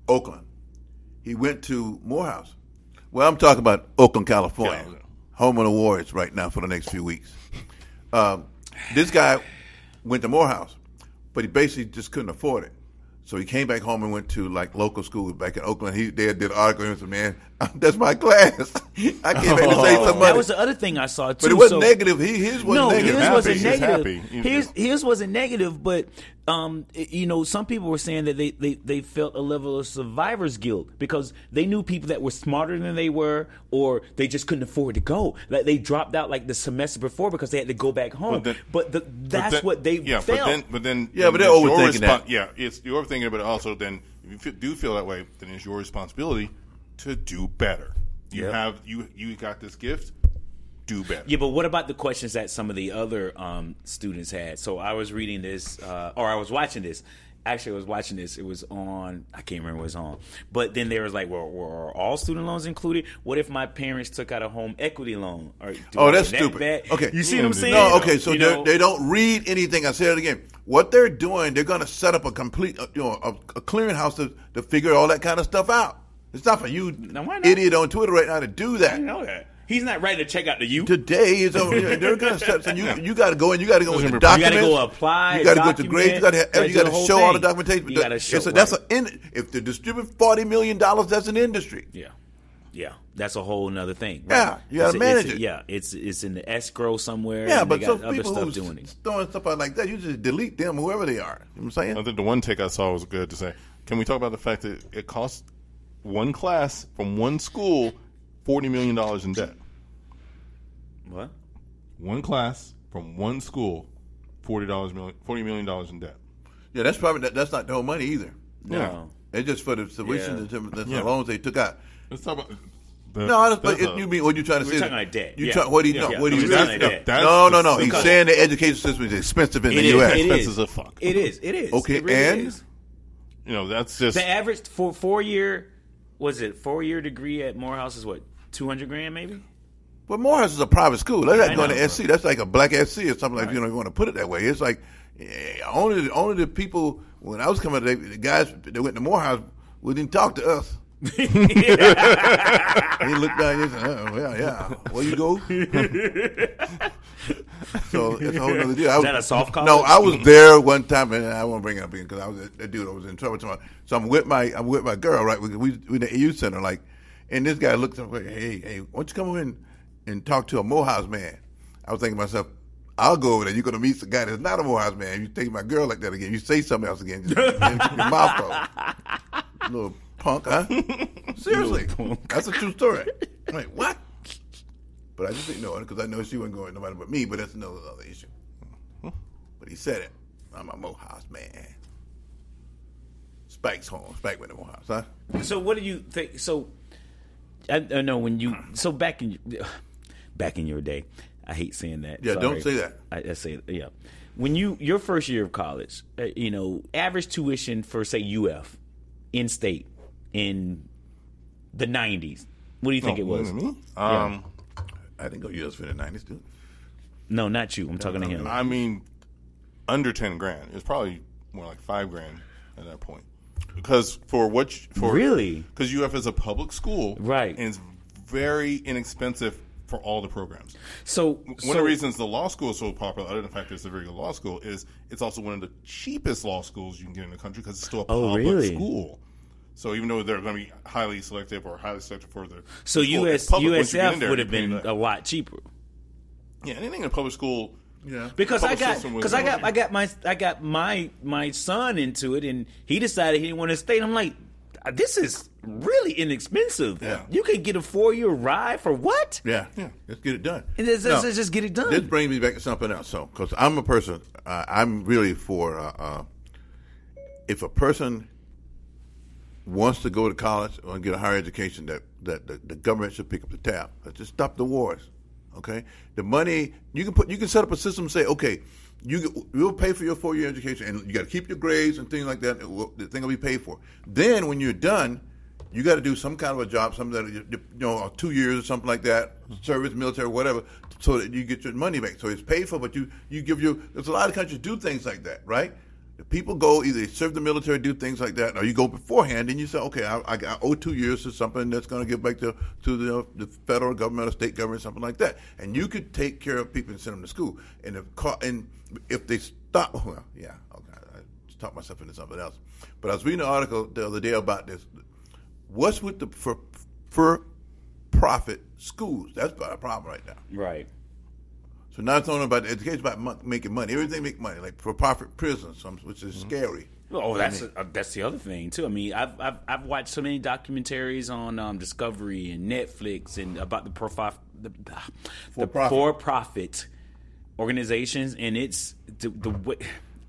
Speaker 3: Oakland. He went to Morehouse. Well, I'm talking about Oakland, California,
Speaker 2: California.
Speaker 3: home of the Warriors right now for the next few weeks. Um, this guy went to Morehouse, but he basically just couldn't afford it. So he came back home and went to like local school back in Oakland. He they did an article and he said, "Man, that's my class. I came back to save some money."
Speaker 4: That was the other thing I saw too.
Speaker 3: but it wasn't
Speaker 4: so,
Speaker 3: negative. He his was
Speaker 4: no,
Speaker 3: negative.
Speaker 4: his wasn't
Speaker 2: Happy. He's
Speaker 4: negative.
Speaker 2: happy.
Speaker 4: His his wasn't negative, but um, it- you know, some people were saying that they, they they felt a level of survivor's guilt because they knew people that were smarter than they were, or they just couldn't afford to go. Like they dropped out like the semester before because they had to go back home. But,
Speaker 2: then-
Speaker 4: the, that's
Speaker 2: then-
Speaker 4: what they
Speaker 2: yeah,
Speaker 4: felt.
Speaker 2: But then, but then,
Speaker 3: Yeah, but
Speaker 2: then
Speaker 3: they're
Speaker 2: it's your
Speaker 3: overthinking that.
Speaker 2: respon- Yeah, it's you're overthinking it, but also then, if you fe- do feel that way, then it's your responsibility to do better. You
Speaker 4: Yeah.
Speaker 2: have you you got this gift. do better.
Speaker 4: Yeah, but what about the questions that some of the other um, students had? So I was reading this, uh, or I was watching this. Actually, I was watching this. It was on. I can't remember what it was on. But then there was like, well, were all student loans included? What if my parents took out a home equity loan? Or, do
Speaker 3: Oh,
Speaker 4: I-
Speaker 3: that's
Speaker 4: that
Speaker 3: stupid.
Speaker 4: bad? Mm.
Speaker 3: Okay,
Speaker 4: you see what I'm saying?
Speaker 3: No, okay. So
Speaker 4: You
Speaker 3: they
Speaker 4: know?
Speaker 3: they don't read anything. I said it again. What they're doing, they're going to set up a complete, uh, you know, a, a clearinghouse to, to figure all that kind of stuff out. It's not for you,
Speaker 4: why not?
Speaker 3: idiot on Twitter right now, to do that.
Speaker 4: You know that he's not writing a check out to you.
Speaker 3: Today is over. They're going to set. So you you got to go and you got to go with the
Speaker 2: Remember,
Speaker 4: you gotta
Speaker 3: documents.
Speaker 4: go apply.
Speaker 3: You got to go to grades. You got to
Speaker 4: document,
Speaker 3: have, you got
Speaker 4: do
Speaker 3: to
Speaker 4: the whole
Speaker 3: show all the
Speaker 4: thing.
Speaker 3: documentation.
Speaker 4: You got to show.
Speaker 3: It's a- that's
Speaker 4: right.
Speaker 3: a in, if they distribute forty million dollars, that's an industry.
Speaker 4: Yeah. Yeah. That's a whole nother thing.
Speaker 3: Yeah, you gotta
Speaker 4: It's a-
Speaker 3: manage
Speaker 4: it's a-
Speaker 3: it.
Speaker 4: Yeah. It's it's in the escrow somewhere.
Speaker 3: Yeah,
Speaker 4: and
Speaker 3: but
Speaker 4: they
Speaker 3: so
Speaker 4: got other
Speaker 3: people
Speaker 4: stuff
Speaker 3: who's
Speaker 4: doing it.
Speaker 3: throwing stuff out like that, you just delete them, whoever they are. You know what I'm saying?
Speaker 2: I think the one take I saw was good to say. Can we talk about the fact that it costs one class from one school forty million dollars in debt?
Speaker 4: What?
Speaker 2: One class from one school, forty dollars million, forty million dollars in debt.
Speaker 3: Yeah, that's probably that, that's not the whole money either.
Speaker 4: No.
Speaker 3: It's just for the
Speaker 4: Yeah. Uh-huh.
Speaker 3: solutions and the, the
Speaker 2: Yeah.
Speaker 3: loans they took out.
Speaker 2: Let's talk about. The,
Speaker 3: No, I just, but
Speaker 2: there's
Speaker 3: it,
Speaker 2: a-
Speaker 3: you mean what you trying to
Speaker 4: We're
Speaker 3: say?
Speaker 4: talking like debt.
Speaker 3: You
Speaker 4: Yeah.
Speaker 3: try, what he
Speaker 4: Yeah.
Speaker 3: no,
Speaker 4: Yeah.
Speaker 3: what
Speaker 4: No,
Speaker 3: he
Speaker 4: we're
Speaker 3: really-
Speaker 4: talking like
Speaker 2: no,
Speaker 4: debt.
Speaker 2: that's
Speaker 3: no, no,
Speaker 2: the
Speaker 3: no. He's
Speaker 2: thing.
Speaker 3: saying the education system is expensive in
Speaker 4: It
Speaker 3: the
Speaker 4: is.
Speaker 3: U.S.
Speaker 4: It
Speaker 2: Expenses
Speaker 4: is.
Speaker 2: as fuck.
Speaker 4: It is. It is.
Speaker 3: Okay,
Speaker 4: It really
Speaker 3: and?
Speaker 4: is.
Speaker 2: you know that's just
Speaker 4: the average for four year was it four year degree at Morehouse is what two hundred grand maybe.
Speaker 3: But Morehouse is a private school. That's
Speaker 4: I
Speaker 3: like going
Speaker 4: know,
Speaker 3: to SC. That's like a black SC or something like you know if you want to put it that way. It's like eh, only the, only the people when I was coming, up, they, the guys that went to Morehouse wouldn't talk to us. he looked down and said, oh, yeah, yeah. Where you go? so it's a whole other deal. I was,
Speaker 4: that a soft college?
Speaker 3: No, I was there one time, and I won't bring it up again because I was that dude. I was in trouble tomorrow. So I'm with my I'm with my girl, right? We we, we in the AU center, like, and this guy looks up, like, hey, hey, why don't you come over and and talk to a Morehouse man? I was thinking to myself. I'll go over there. You're gonna meet the guy that's not a Morehouse man. If you take my girl like that again, you say something else again. Just, just keep your mouth closed. Little punk, huh? Seriously, that's a true story. I'm like, what? But I just ignored it because I know she wasn't going with nobody but me. But that's another other issue. But he said it. I'm a Mohawk man. Spike's home. Spike went to Mohawk, huh?
Speaker 4: So what do you think? So I, I know when you so back in back in your day, I hate saying that.
Speaker 3: Yeah, don't
Speaker 4: sorry.
Speaker 3: say that.
Speaker 4: I, I say yeah. When you your first year of college, uh, you know, average tuition for say UF in state in the nineties. What do you think
Speaker 3: Oh,
Speaker 4: it
Speaker 3: mm-hmm.
Speaker 4: was?
Speaker 2: Um,
Speaker 3: I didn't go US for the nineties, dude.
Speaker 4: No, not you. I'm talking to him.
Speaker 2: I mean, under ten grand. It's probably more like five grand at that point, because for what you- for
Speaker 4: Really?
Speaker 2: because UF is a public school,
Speaker 4: Right.
Speaker 2: And it's very inexpensive for all the programs.
Speaker 4: So
Speaker 2: One
Speaker 4: so,
Speaker 2: of the reasons the law school is so popular, other than the fact that it's a very good law school, is it's also one of the cheapest law schools you can get in the country because it's still a
Speaker 4: Oh,
Speaker 2: public
Speaker 4: really?
Speaker 2: school. So even though they're going to be highly selective or highly selective for the
Speaker 4: so
Speaker 2: school, it's
Speaker 4: US,
Speaker 2: public. Once you get in
Speaker 4: USF
Speaker 2: there,
Speaker 4: would
Speaker 2: you
Speaker 4: have
Speaker 2: pay
Speaker 4: been
Speaker 2: that.
Speaker 4: a lot cheaper.
Speaker 2: yeah anything in a public school
Speaker 3: Yeah.
Speaker 4: because I
Speaker 2: public
Speaker 4: got
Speaker 2: system was
Speaker 4: because I got
Speaker 2: built.
Speaker 4: I got my I got my my son into it, and he decided he didn't want to stay. And I'm like, this is really inexpensive.
Speaker 3: Yeah.
Speaker 4: You can get a four year ride for what?
Speaker 3: Yeah. Yeah. Let's get it done.
Speaker 4: And let's, let's-
Speaker 3: Now,
Speaker 4: let's just get it done.
Speaker 3: This brings me back to something else, so because I'm a person, uh, I'm really for uh, uh, if a person wants to go to college or get a higher education, that that the, the government should pick up the tab. Let's just stop the wars, okay? The money you can put, you can set up a system. Say, okay, you we'll pay for your four year education, and you got to keep your grades and things like that. It will, the thing will be paid for. Then when you're done. You got to do some kind of a job, something that you you know, two years or something like that, service, military, whatever, so that you get your money back. So it's paid for, but you you give your. There's a lot of countries do things like that, right? If people go either they serve the military, do things like that, or you go beforehand and you say, okay, I, I, I owe two years to something that's going to give back to to the, the federal government or state government, something like that, and you could take care of people and send them to school. And if ca- and if they stop, well, yeah, okay, I talked myself into something else. But I was reading an article the other day about this. What's with the for, for profit schools? That's about a problem right now.
Speaker 4: Right.
Speaker 3: So now it's not about the education, it's about mon- making money. Everything make money, like for profit prisons, some- which is scary.
Speaker 4: Oh, that's uh, that's the other thing too. I mean, I've I've, I've watched so many documentaries on um, Discovery and Netflix and about the profi- the, the
Speaker 3: For-profit.
Speaker 4: for-profit organizations, and it's the, the way.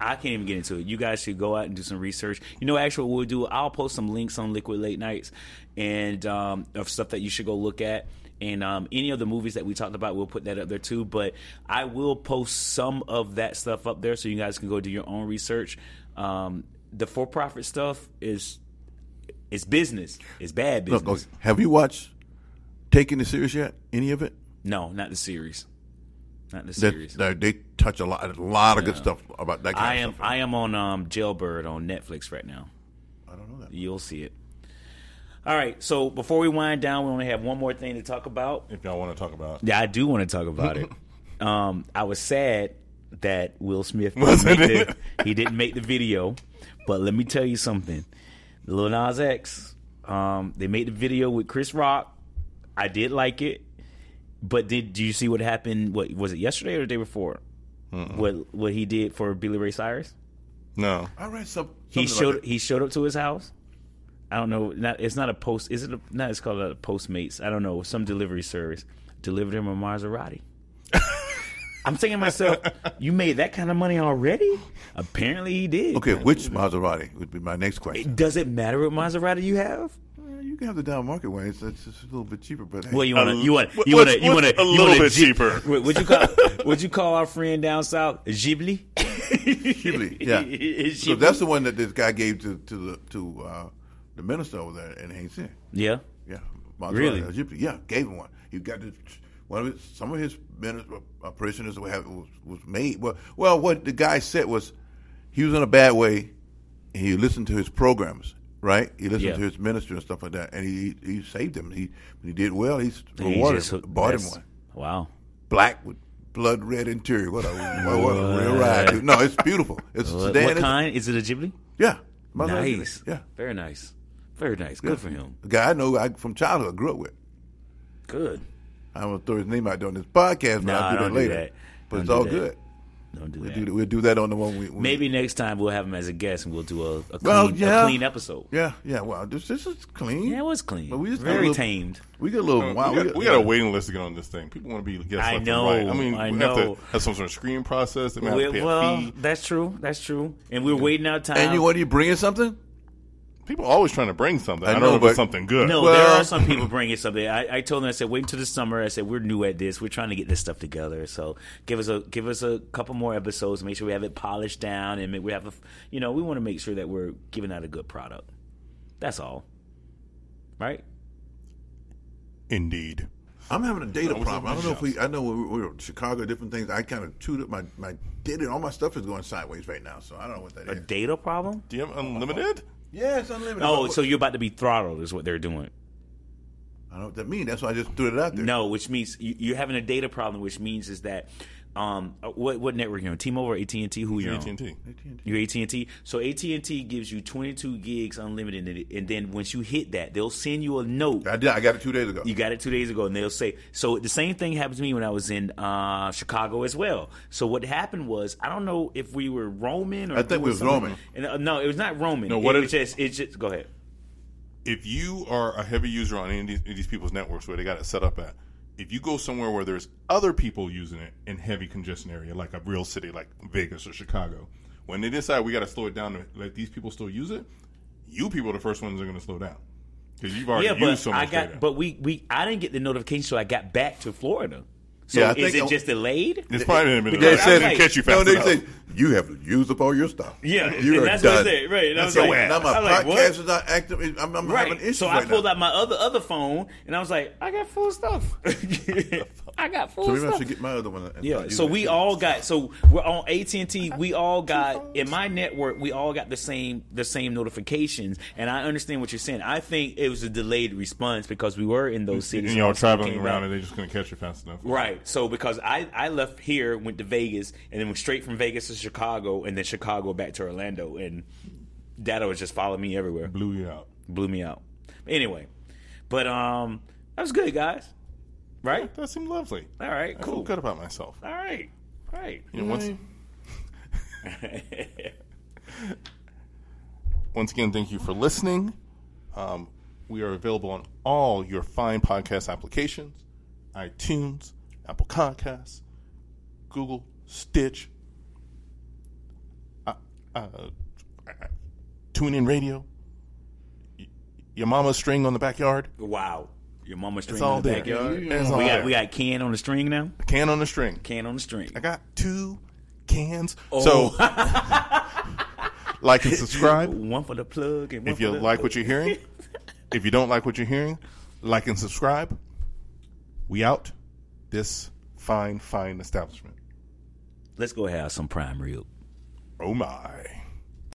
Speaker 4: I can't even get into it. You guys should go out and do some research. You know, actually, what we'll do, I'll post some links on Liquid Late Nights and um, of stuff that you should go look at. And um, any of the movies that we talked about, we'll put that up there too. But I will post some of that stuff up there so you guys can go do your own research. Um, the for profit stuff is it's business. It's bad business.
Speaker 3: Look, okay, have you watched Taking the Series yet? Any of it?
Speaker 4: No, not the series. Not the
Speaker 3: That-
Speaker 4: series.
Speaker 3: that- they touch a lot, a lot of good stuff about that kind
Speaker 4: I
Speaker 3: of
Speaker 4: am
Speaker 3: stuff.
Speaker 4: I am on um, Jailbird on Netflix right now.
Speaker 3: I don't know that.
Speaker 4: You'll see it. All right. So before we wind down, we only have one more thing to talk about.
Speaker 2: If y'all want to talk about
Speaker 4: Yeah, I do want to talk about it. Um, I was sad that Will Smith didn't
Speaker 2: Wasn't
Speaker 4: make
Speaker 2: it?
Speaker 4: the, he didn't make the video, but let me tell you something. Lil Nas X, um, they made the video with Chris Rock. I did like it, but did do you see what happened? What was it yesterday or the day before? What what he did for Billy Ray Cyrus?
Speaker 2: no,
Speaker 3: I read some.
Speaker 4: He
Speaker 3: something
Speaker 4: showed
Speaker 3: Like that.
Speaker 4: he showed up to his house. I don't know. Not it's not a post. Is it? A, not it's called a Postmates. I don't know. Some delivery service delivered him a Maserati. I'm thinking to myself, you made that kind of money already? Apparently he did.
Speaker 3: Okay, which Maserati would be my next question?
Speaker 4: Does it matter what Maserati you have?
Speaker 3: Uh, You can have the down market one. It's, it's just a little bit cheaper, but hey,
Speaker 4: Well, you want to
Speaker 2: l-
Speaker 4: you want
Speaker 2: what-
Speaker 4: you want to
Speaker 2: what's-
Speaker 4: you want to
Speaker 2: what's a little bit cheaper?
Speaker 4: Would you call would you call our friend down south Ghibli?
Speaker 3: Ghibli, yeah. so
Speaker 4: Ghibli?
Speaker 3: that's the one that this guy gave to to the to uh, the minister over there in Haines.
Speaker 4: yeah.
Speaker 3: Yeah, Maserati,
Speaker 4: Really?
Speaker 3: a Ghibli. Yeah, gave him one. He got this. One of his, some of his minis- uh, prisoners were have, was, was made. Well, well, what the guy said was he was in a bad way. And he listened to his programs, right? He listened
Speaker 4: Yeah.
Speaker 3: to his minister and stuff like that, and he he saved him. He he did well. He's
Speaker 4: He
Speaker 3: rewarded.
Speaker 4: just
Speaker 3: him,
Speaker 4: hooked-
Speaker 3: bought him
Speaker 4: that's-
Speaker 3: one.
Speaker 4: Wow.
Speaker 3: black with blood red interior. What a, what, what a real ride! dude. No, it's beautiful. It's a
Speaker 4: What,
Speaker 3: sedan.
Speaker 4: what
Speaker 3: It's-
Speaker 4: kind is it a Ghibli?
Speaker 3: Yeah, My little Ghibli.
Speaker 4: Nice.
Speaker 3: Yeah,
Speaker 4: Very nice. Very nice. Good for him.
Speaker 3: a guy I know I, from childhood grew up with.
Speaker 4: Good.
Speaker 3: I don't throw his name out during this podcast, but
Speaker 4: Nah,
Speaker 3: I'll do
Speaker 4: don't
Speaker 3: that
Speaker 4: do
Speaker 3: later.
Speaker 4: that.
Speaker 3: But
Speaker 4: Don't
Speaker 3: it's
Speaker 4: do
Speaker 3: all
Speaker 4: that.
Speaker 3: good.
Speaker 4: Don't do
Speaker 3: We'll
Speaker 4: that.
Speaker 3: do, we'll do that on the one we, we
Speaker 4: Maybe next time we'll have him as a guest and we'll do a, a,
Speaker 3: Well,
Speaker 4: clean,
Speaker 3: yeah.
Speaker 4: a clean episode. Yeah,
Speaker 3: Yeah, yeah. Well, this this is clean.
Speaker 4: it was clean.
Speaker 3: But we just got a
Speaker 4: Very
Speaker 3: little-
Speaker 4: tamed.
Speaker 3: We get a little
Speaker 2: Uh,
Speaker 3: wow.
Speaker 2: we, got, we got a waiting list to get on this thing. People want to be guests
Speaker 4: I
Speaker 2: left and
Speaker 4: know,
Speaker 2: right. I mean,
Speaker 4: I
Speaker 2: we
Speaker 4: know.
Speaker 2: have to have some sort of screening process. They might have to
Speaker 4: We-
Speaker 2: pay a
Speaker 4: well,
Speaker 2: fee.
Speaker 4: that's true. That's true. And we're waiting our time.
Speaker 3: And you what are you bringing something?
Speaker 2: People are always trying to bring something.
Speaker 3: I
Speaker 2: I, don't
Speaker 3: know,
Speaker 2: know if it's
Speaker 3: but-
Speaker 2: something good.
Speaker 4: no, there
Speaker 3: Well-
Speaker 4: are some people bringing something. I, I told them I said wait until the summer. I said we're new at this. We're trying to get this stuff together. So give us a give us a couple more episodes. Make sure we have it polished down and make, we have a f- you know we want to make sure that we're giving out a good product. That's all, right?
Speaker 2: Indeed.
Speaker 3: I'm having a data
Speaker 2: was
Speaker 3: problem. I
Speaker 2: at
Speaker 3: don't
Speaker 2: my
Speaker 3: know if
Speaker 2: shop.
Speaker 3: we. I know we we were in Chicago, different things. I kind of chewed up my my data. All my stuff is going sideways right now, so I don't know what that
Speaker 4: A
Speaker 3: is.
Speaker 4: data problem?
Speaker 2: Do you have unlimited?
Speaker 3: Yeah, it's unlimited.
Speaker 4: Oh,
Speaker 3: But-
Speaker 4: so you're about to be throttled is what they're doing.
Speaker 3: I don't know what that means. That's why I just threw it out there.
Speaker 4: No, which means you- you're having a data problem, which means is that um, uh, what what network you're on? T-Mobile or AT and T? Who you're on?
Speaker 2: AT&T.
Speaker 4: You're AT and T. So AT and T gives you 22 gigs unlimited, and it- and then once you hit that, they'll send you a note.
Speaker 3: I did. I got it two days ago.
Speaker 4: You got it two days ago, and they'll say so. The same thing happened to me when I was in uh, Chicago as well. So what happened was I don't know if we were Roman or
Speaker 3: I think we was
Speaker 4: Roman.
Speaker 3: roaming.
Speaker 4: And, uh, no, it was not Roman.
Speaker 2: No, what
Speaker 4: it,
Speaker 2: is-
Speaker 4: was just it just go ahead.
Speaker 2: If you are a heavy user on any of these, these people's networks where they got it set up at, if you go somewhere where there's other people using it in heavy congestion area, like a real city like Vegas or Chicago, when they decide we got to slow it down to let these people still use it, you people are the first ones that are going to slow down because you've already
Speaker 4: yeah,
Speaker 2: used
Speaker 4: but
Speaker 2: so much
Speaker 4: I got,
Speaker 2: data.
Speaker 4: but we we I didn't get the notification, so I got back to Florida. So
Speaker 3: Yeah, I
Speaker 4: is
Speaker 3: think
Speaker 4: it
Speaker 3: I-
Speaker 4: just delayed?
Speaker 2: it's probably been a minute.
Speaker 3: They
Speaker 2: I
Speaker 3: said-
Speaker 2: didn't catch you fast
Speaker 3: no, they
Speaker 2: enough.
Speaker 3: said you have used up all your stuff.
Speaker 4: Yeah,
Speaker 3: you
Speaker 4: and
Speaker 3: are
Speaker 4: that's
Speaker 3: done.
Speaker 4: what I said, right? And I was
Speaker 3: So
Speaker 4: like,
Speaker 3: now my
Speaker 4: I was like,
Speaker 3: podcast
Speaker 4: what?
Speaker 3: is not active. I'm, I'm having
Speaker 4: Right.
Speaker 3: issues
Speaker 4: So I
Speaker 3: right
Speaker 4: pulled
Speaker 3: now.
Speaker 4: out my other other phone and I was like, I got full stuff. I got full
Speaker 3: So maybe I
Speaker 4: stuff.
Speaker 3: should get my other one. uh, and
Speaker 4: Yeah.
Speaker 3: use
Speaker 4: So
Speaker 3: it.
Speaker 4: we all got so we're on AT and T. We all got in my network. We all got the same the same notifications. And I understand what you're saying. I think it was a delayed response because we were in those cities.
Speaker 2: and y'all
Speaker 4: when stuff
Speaker 2: traveling
Speaker 4: came
Speaker 2: around
Speaker 4: back.
Speaker 2: and they're just going to catch you fast enough.
Speaker 4: Right. So because I, I left here, went to Vegas, and then went straight from Vegas to Chicago, and then Chicago back to Orlando, and data was just following me everywhere.
Speaker 2: Blew you out.
Speaker 4: Blew me out. Anyway, but um, that was good, guys. Right.
Speaker 2: That seemed lovely.
Speaker 4: All right.
Speaker 2: I feel
Speaker 4: Cool. Mm-hmm.
Speaker 2: good about myself.
Speaker 4: All right. All right.
Speaker 2: You know, once, once again, thank you for listening. Um, we are available on all your fine podcast applications iTunes, Apple Podcasts, Google, Stitch, uh, uh, TuneIn Radio, y- your mama's string on the backyard.
Speaker 4: Wow. Your mama string
Speaker 2: all
Speaker 4: in the
Speaker 2: there.
Speaker 4: backyard.
Speaker 2: Yeah, it's all
Speaker 4: we got
Speaker 2: there.
Speaker 4: we got can on the string now.
Speaker 2: Can on the string.
Speaker 4: Can on the string.
Speaker 2: I got two cans.
Speaker 4: Oh.
Speaker 2: So like and subscribe
Speaker 4: One for the plug and one
Speaker 2: if
Speaker 4: for
Speaker 2: you
Speaker 4: the
Speaker 2: like what you're hearing. If you don't like what you're hearing, like and subscribe. We out this fine, fine establishment.
Speaker 4: Let's go have some prime rib.
Speaker 2: Oh my.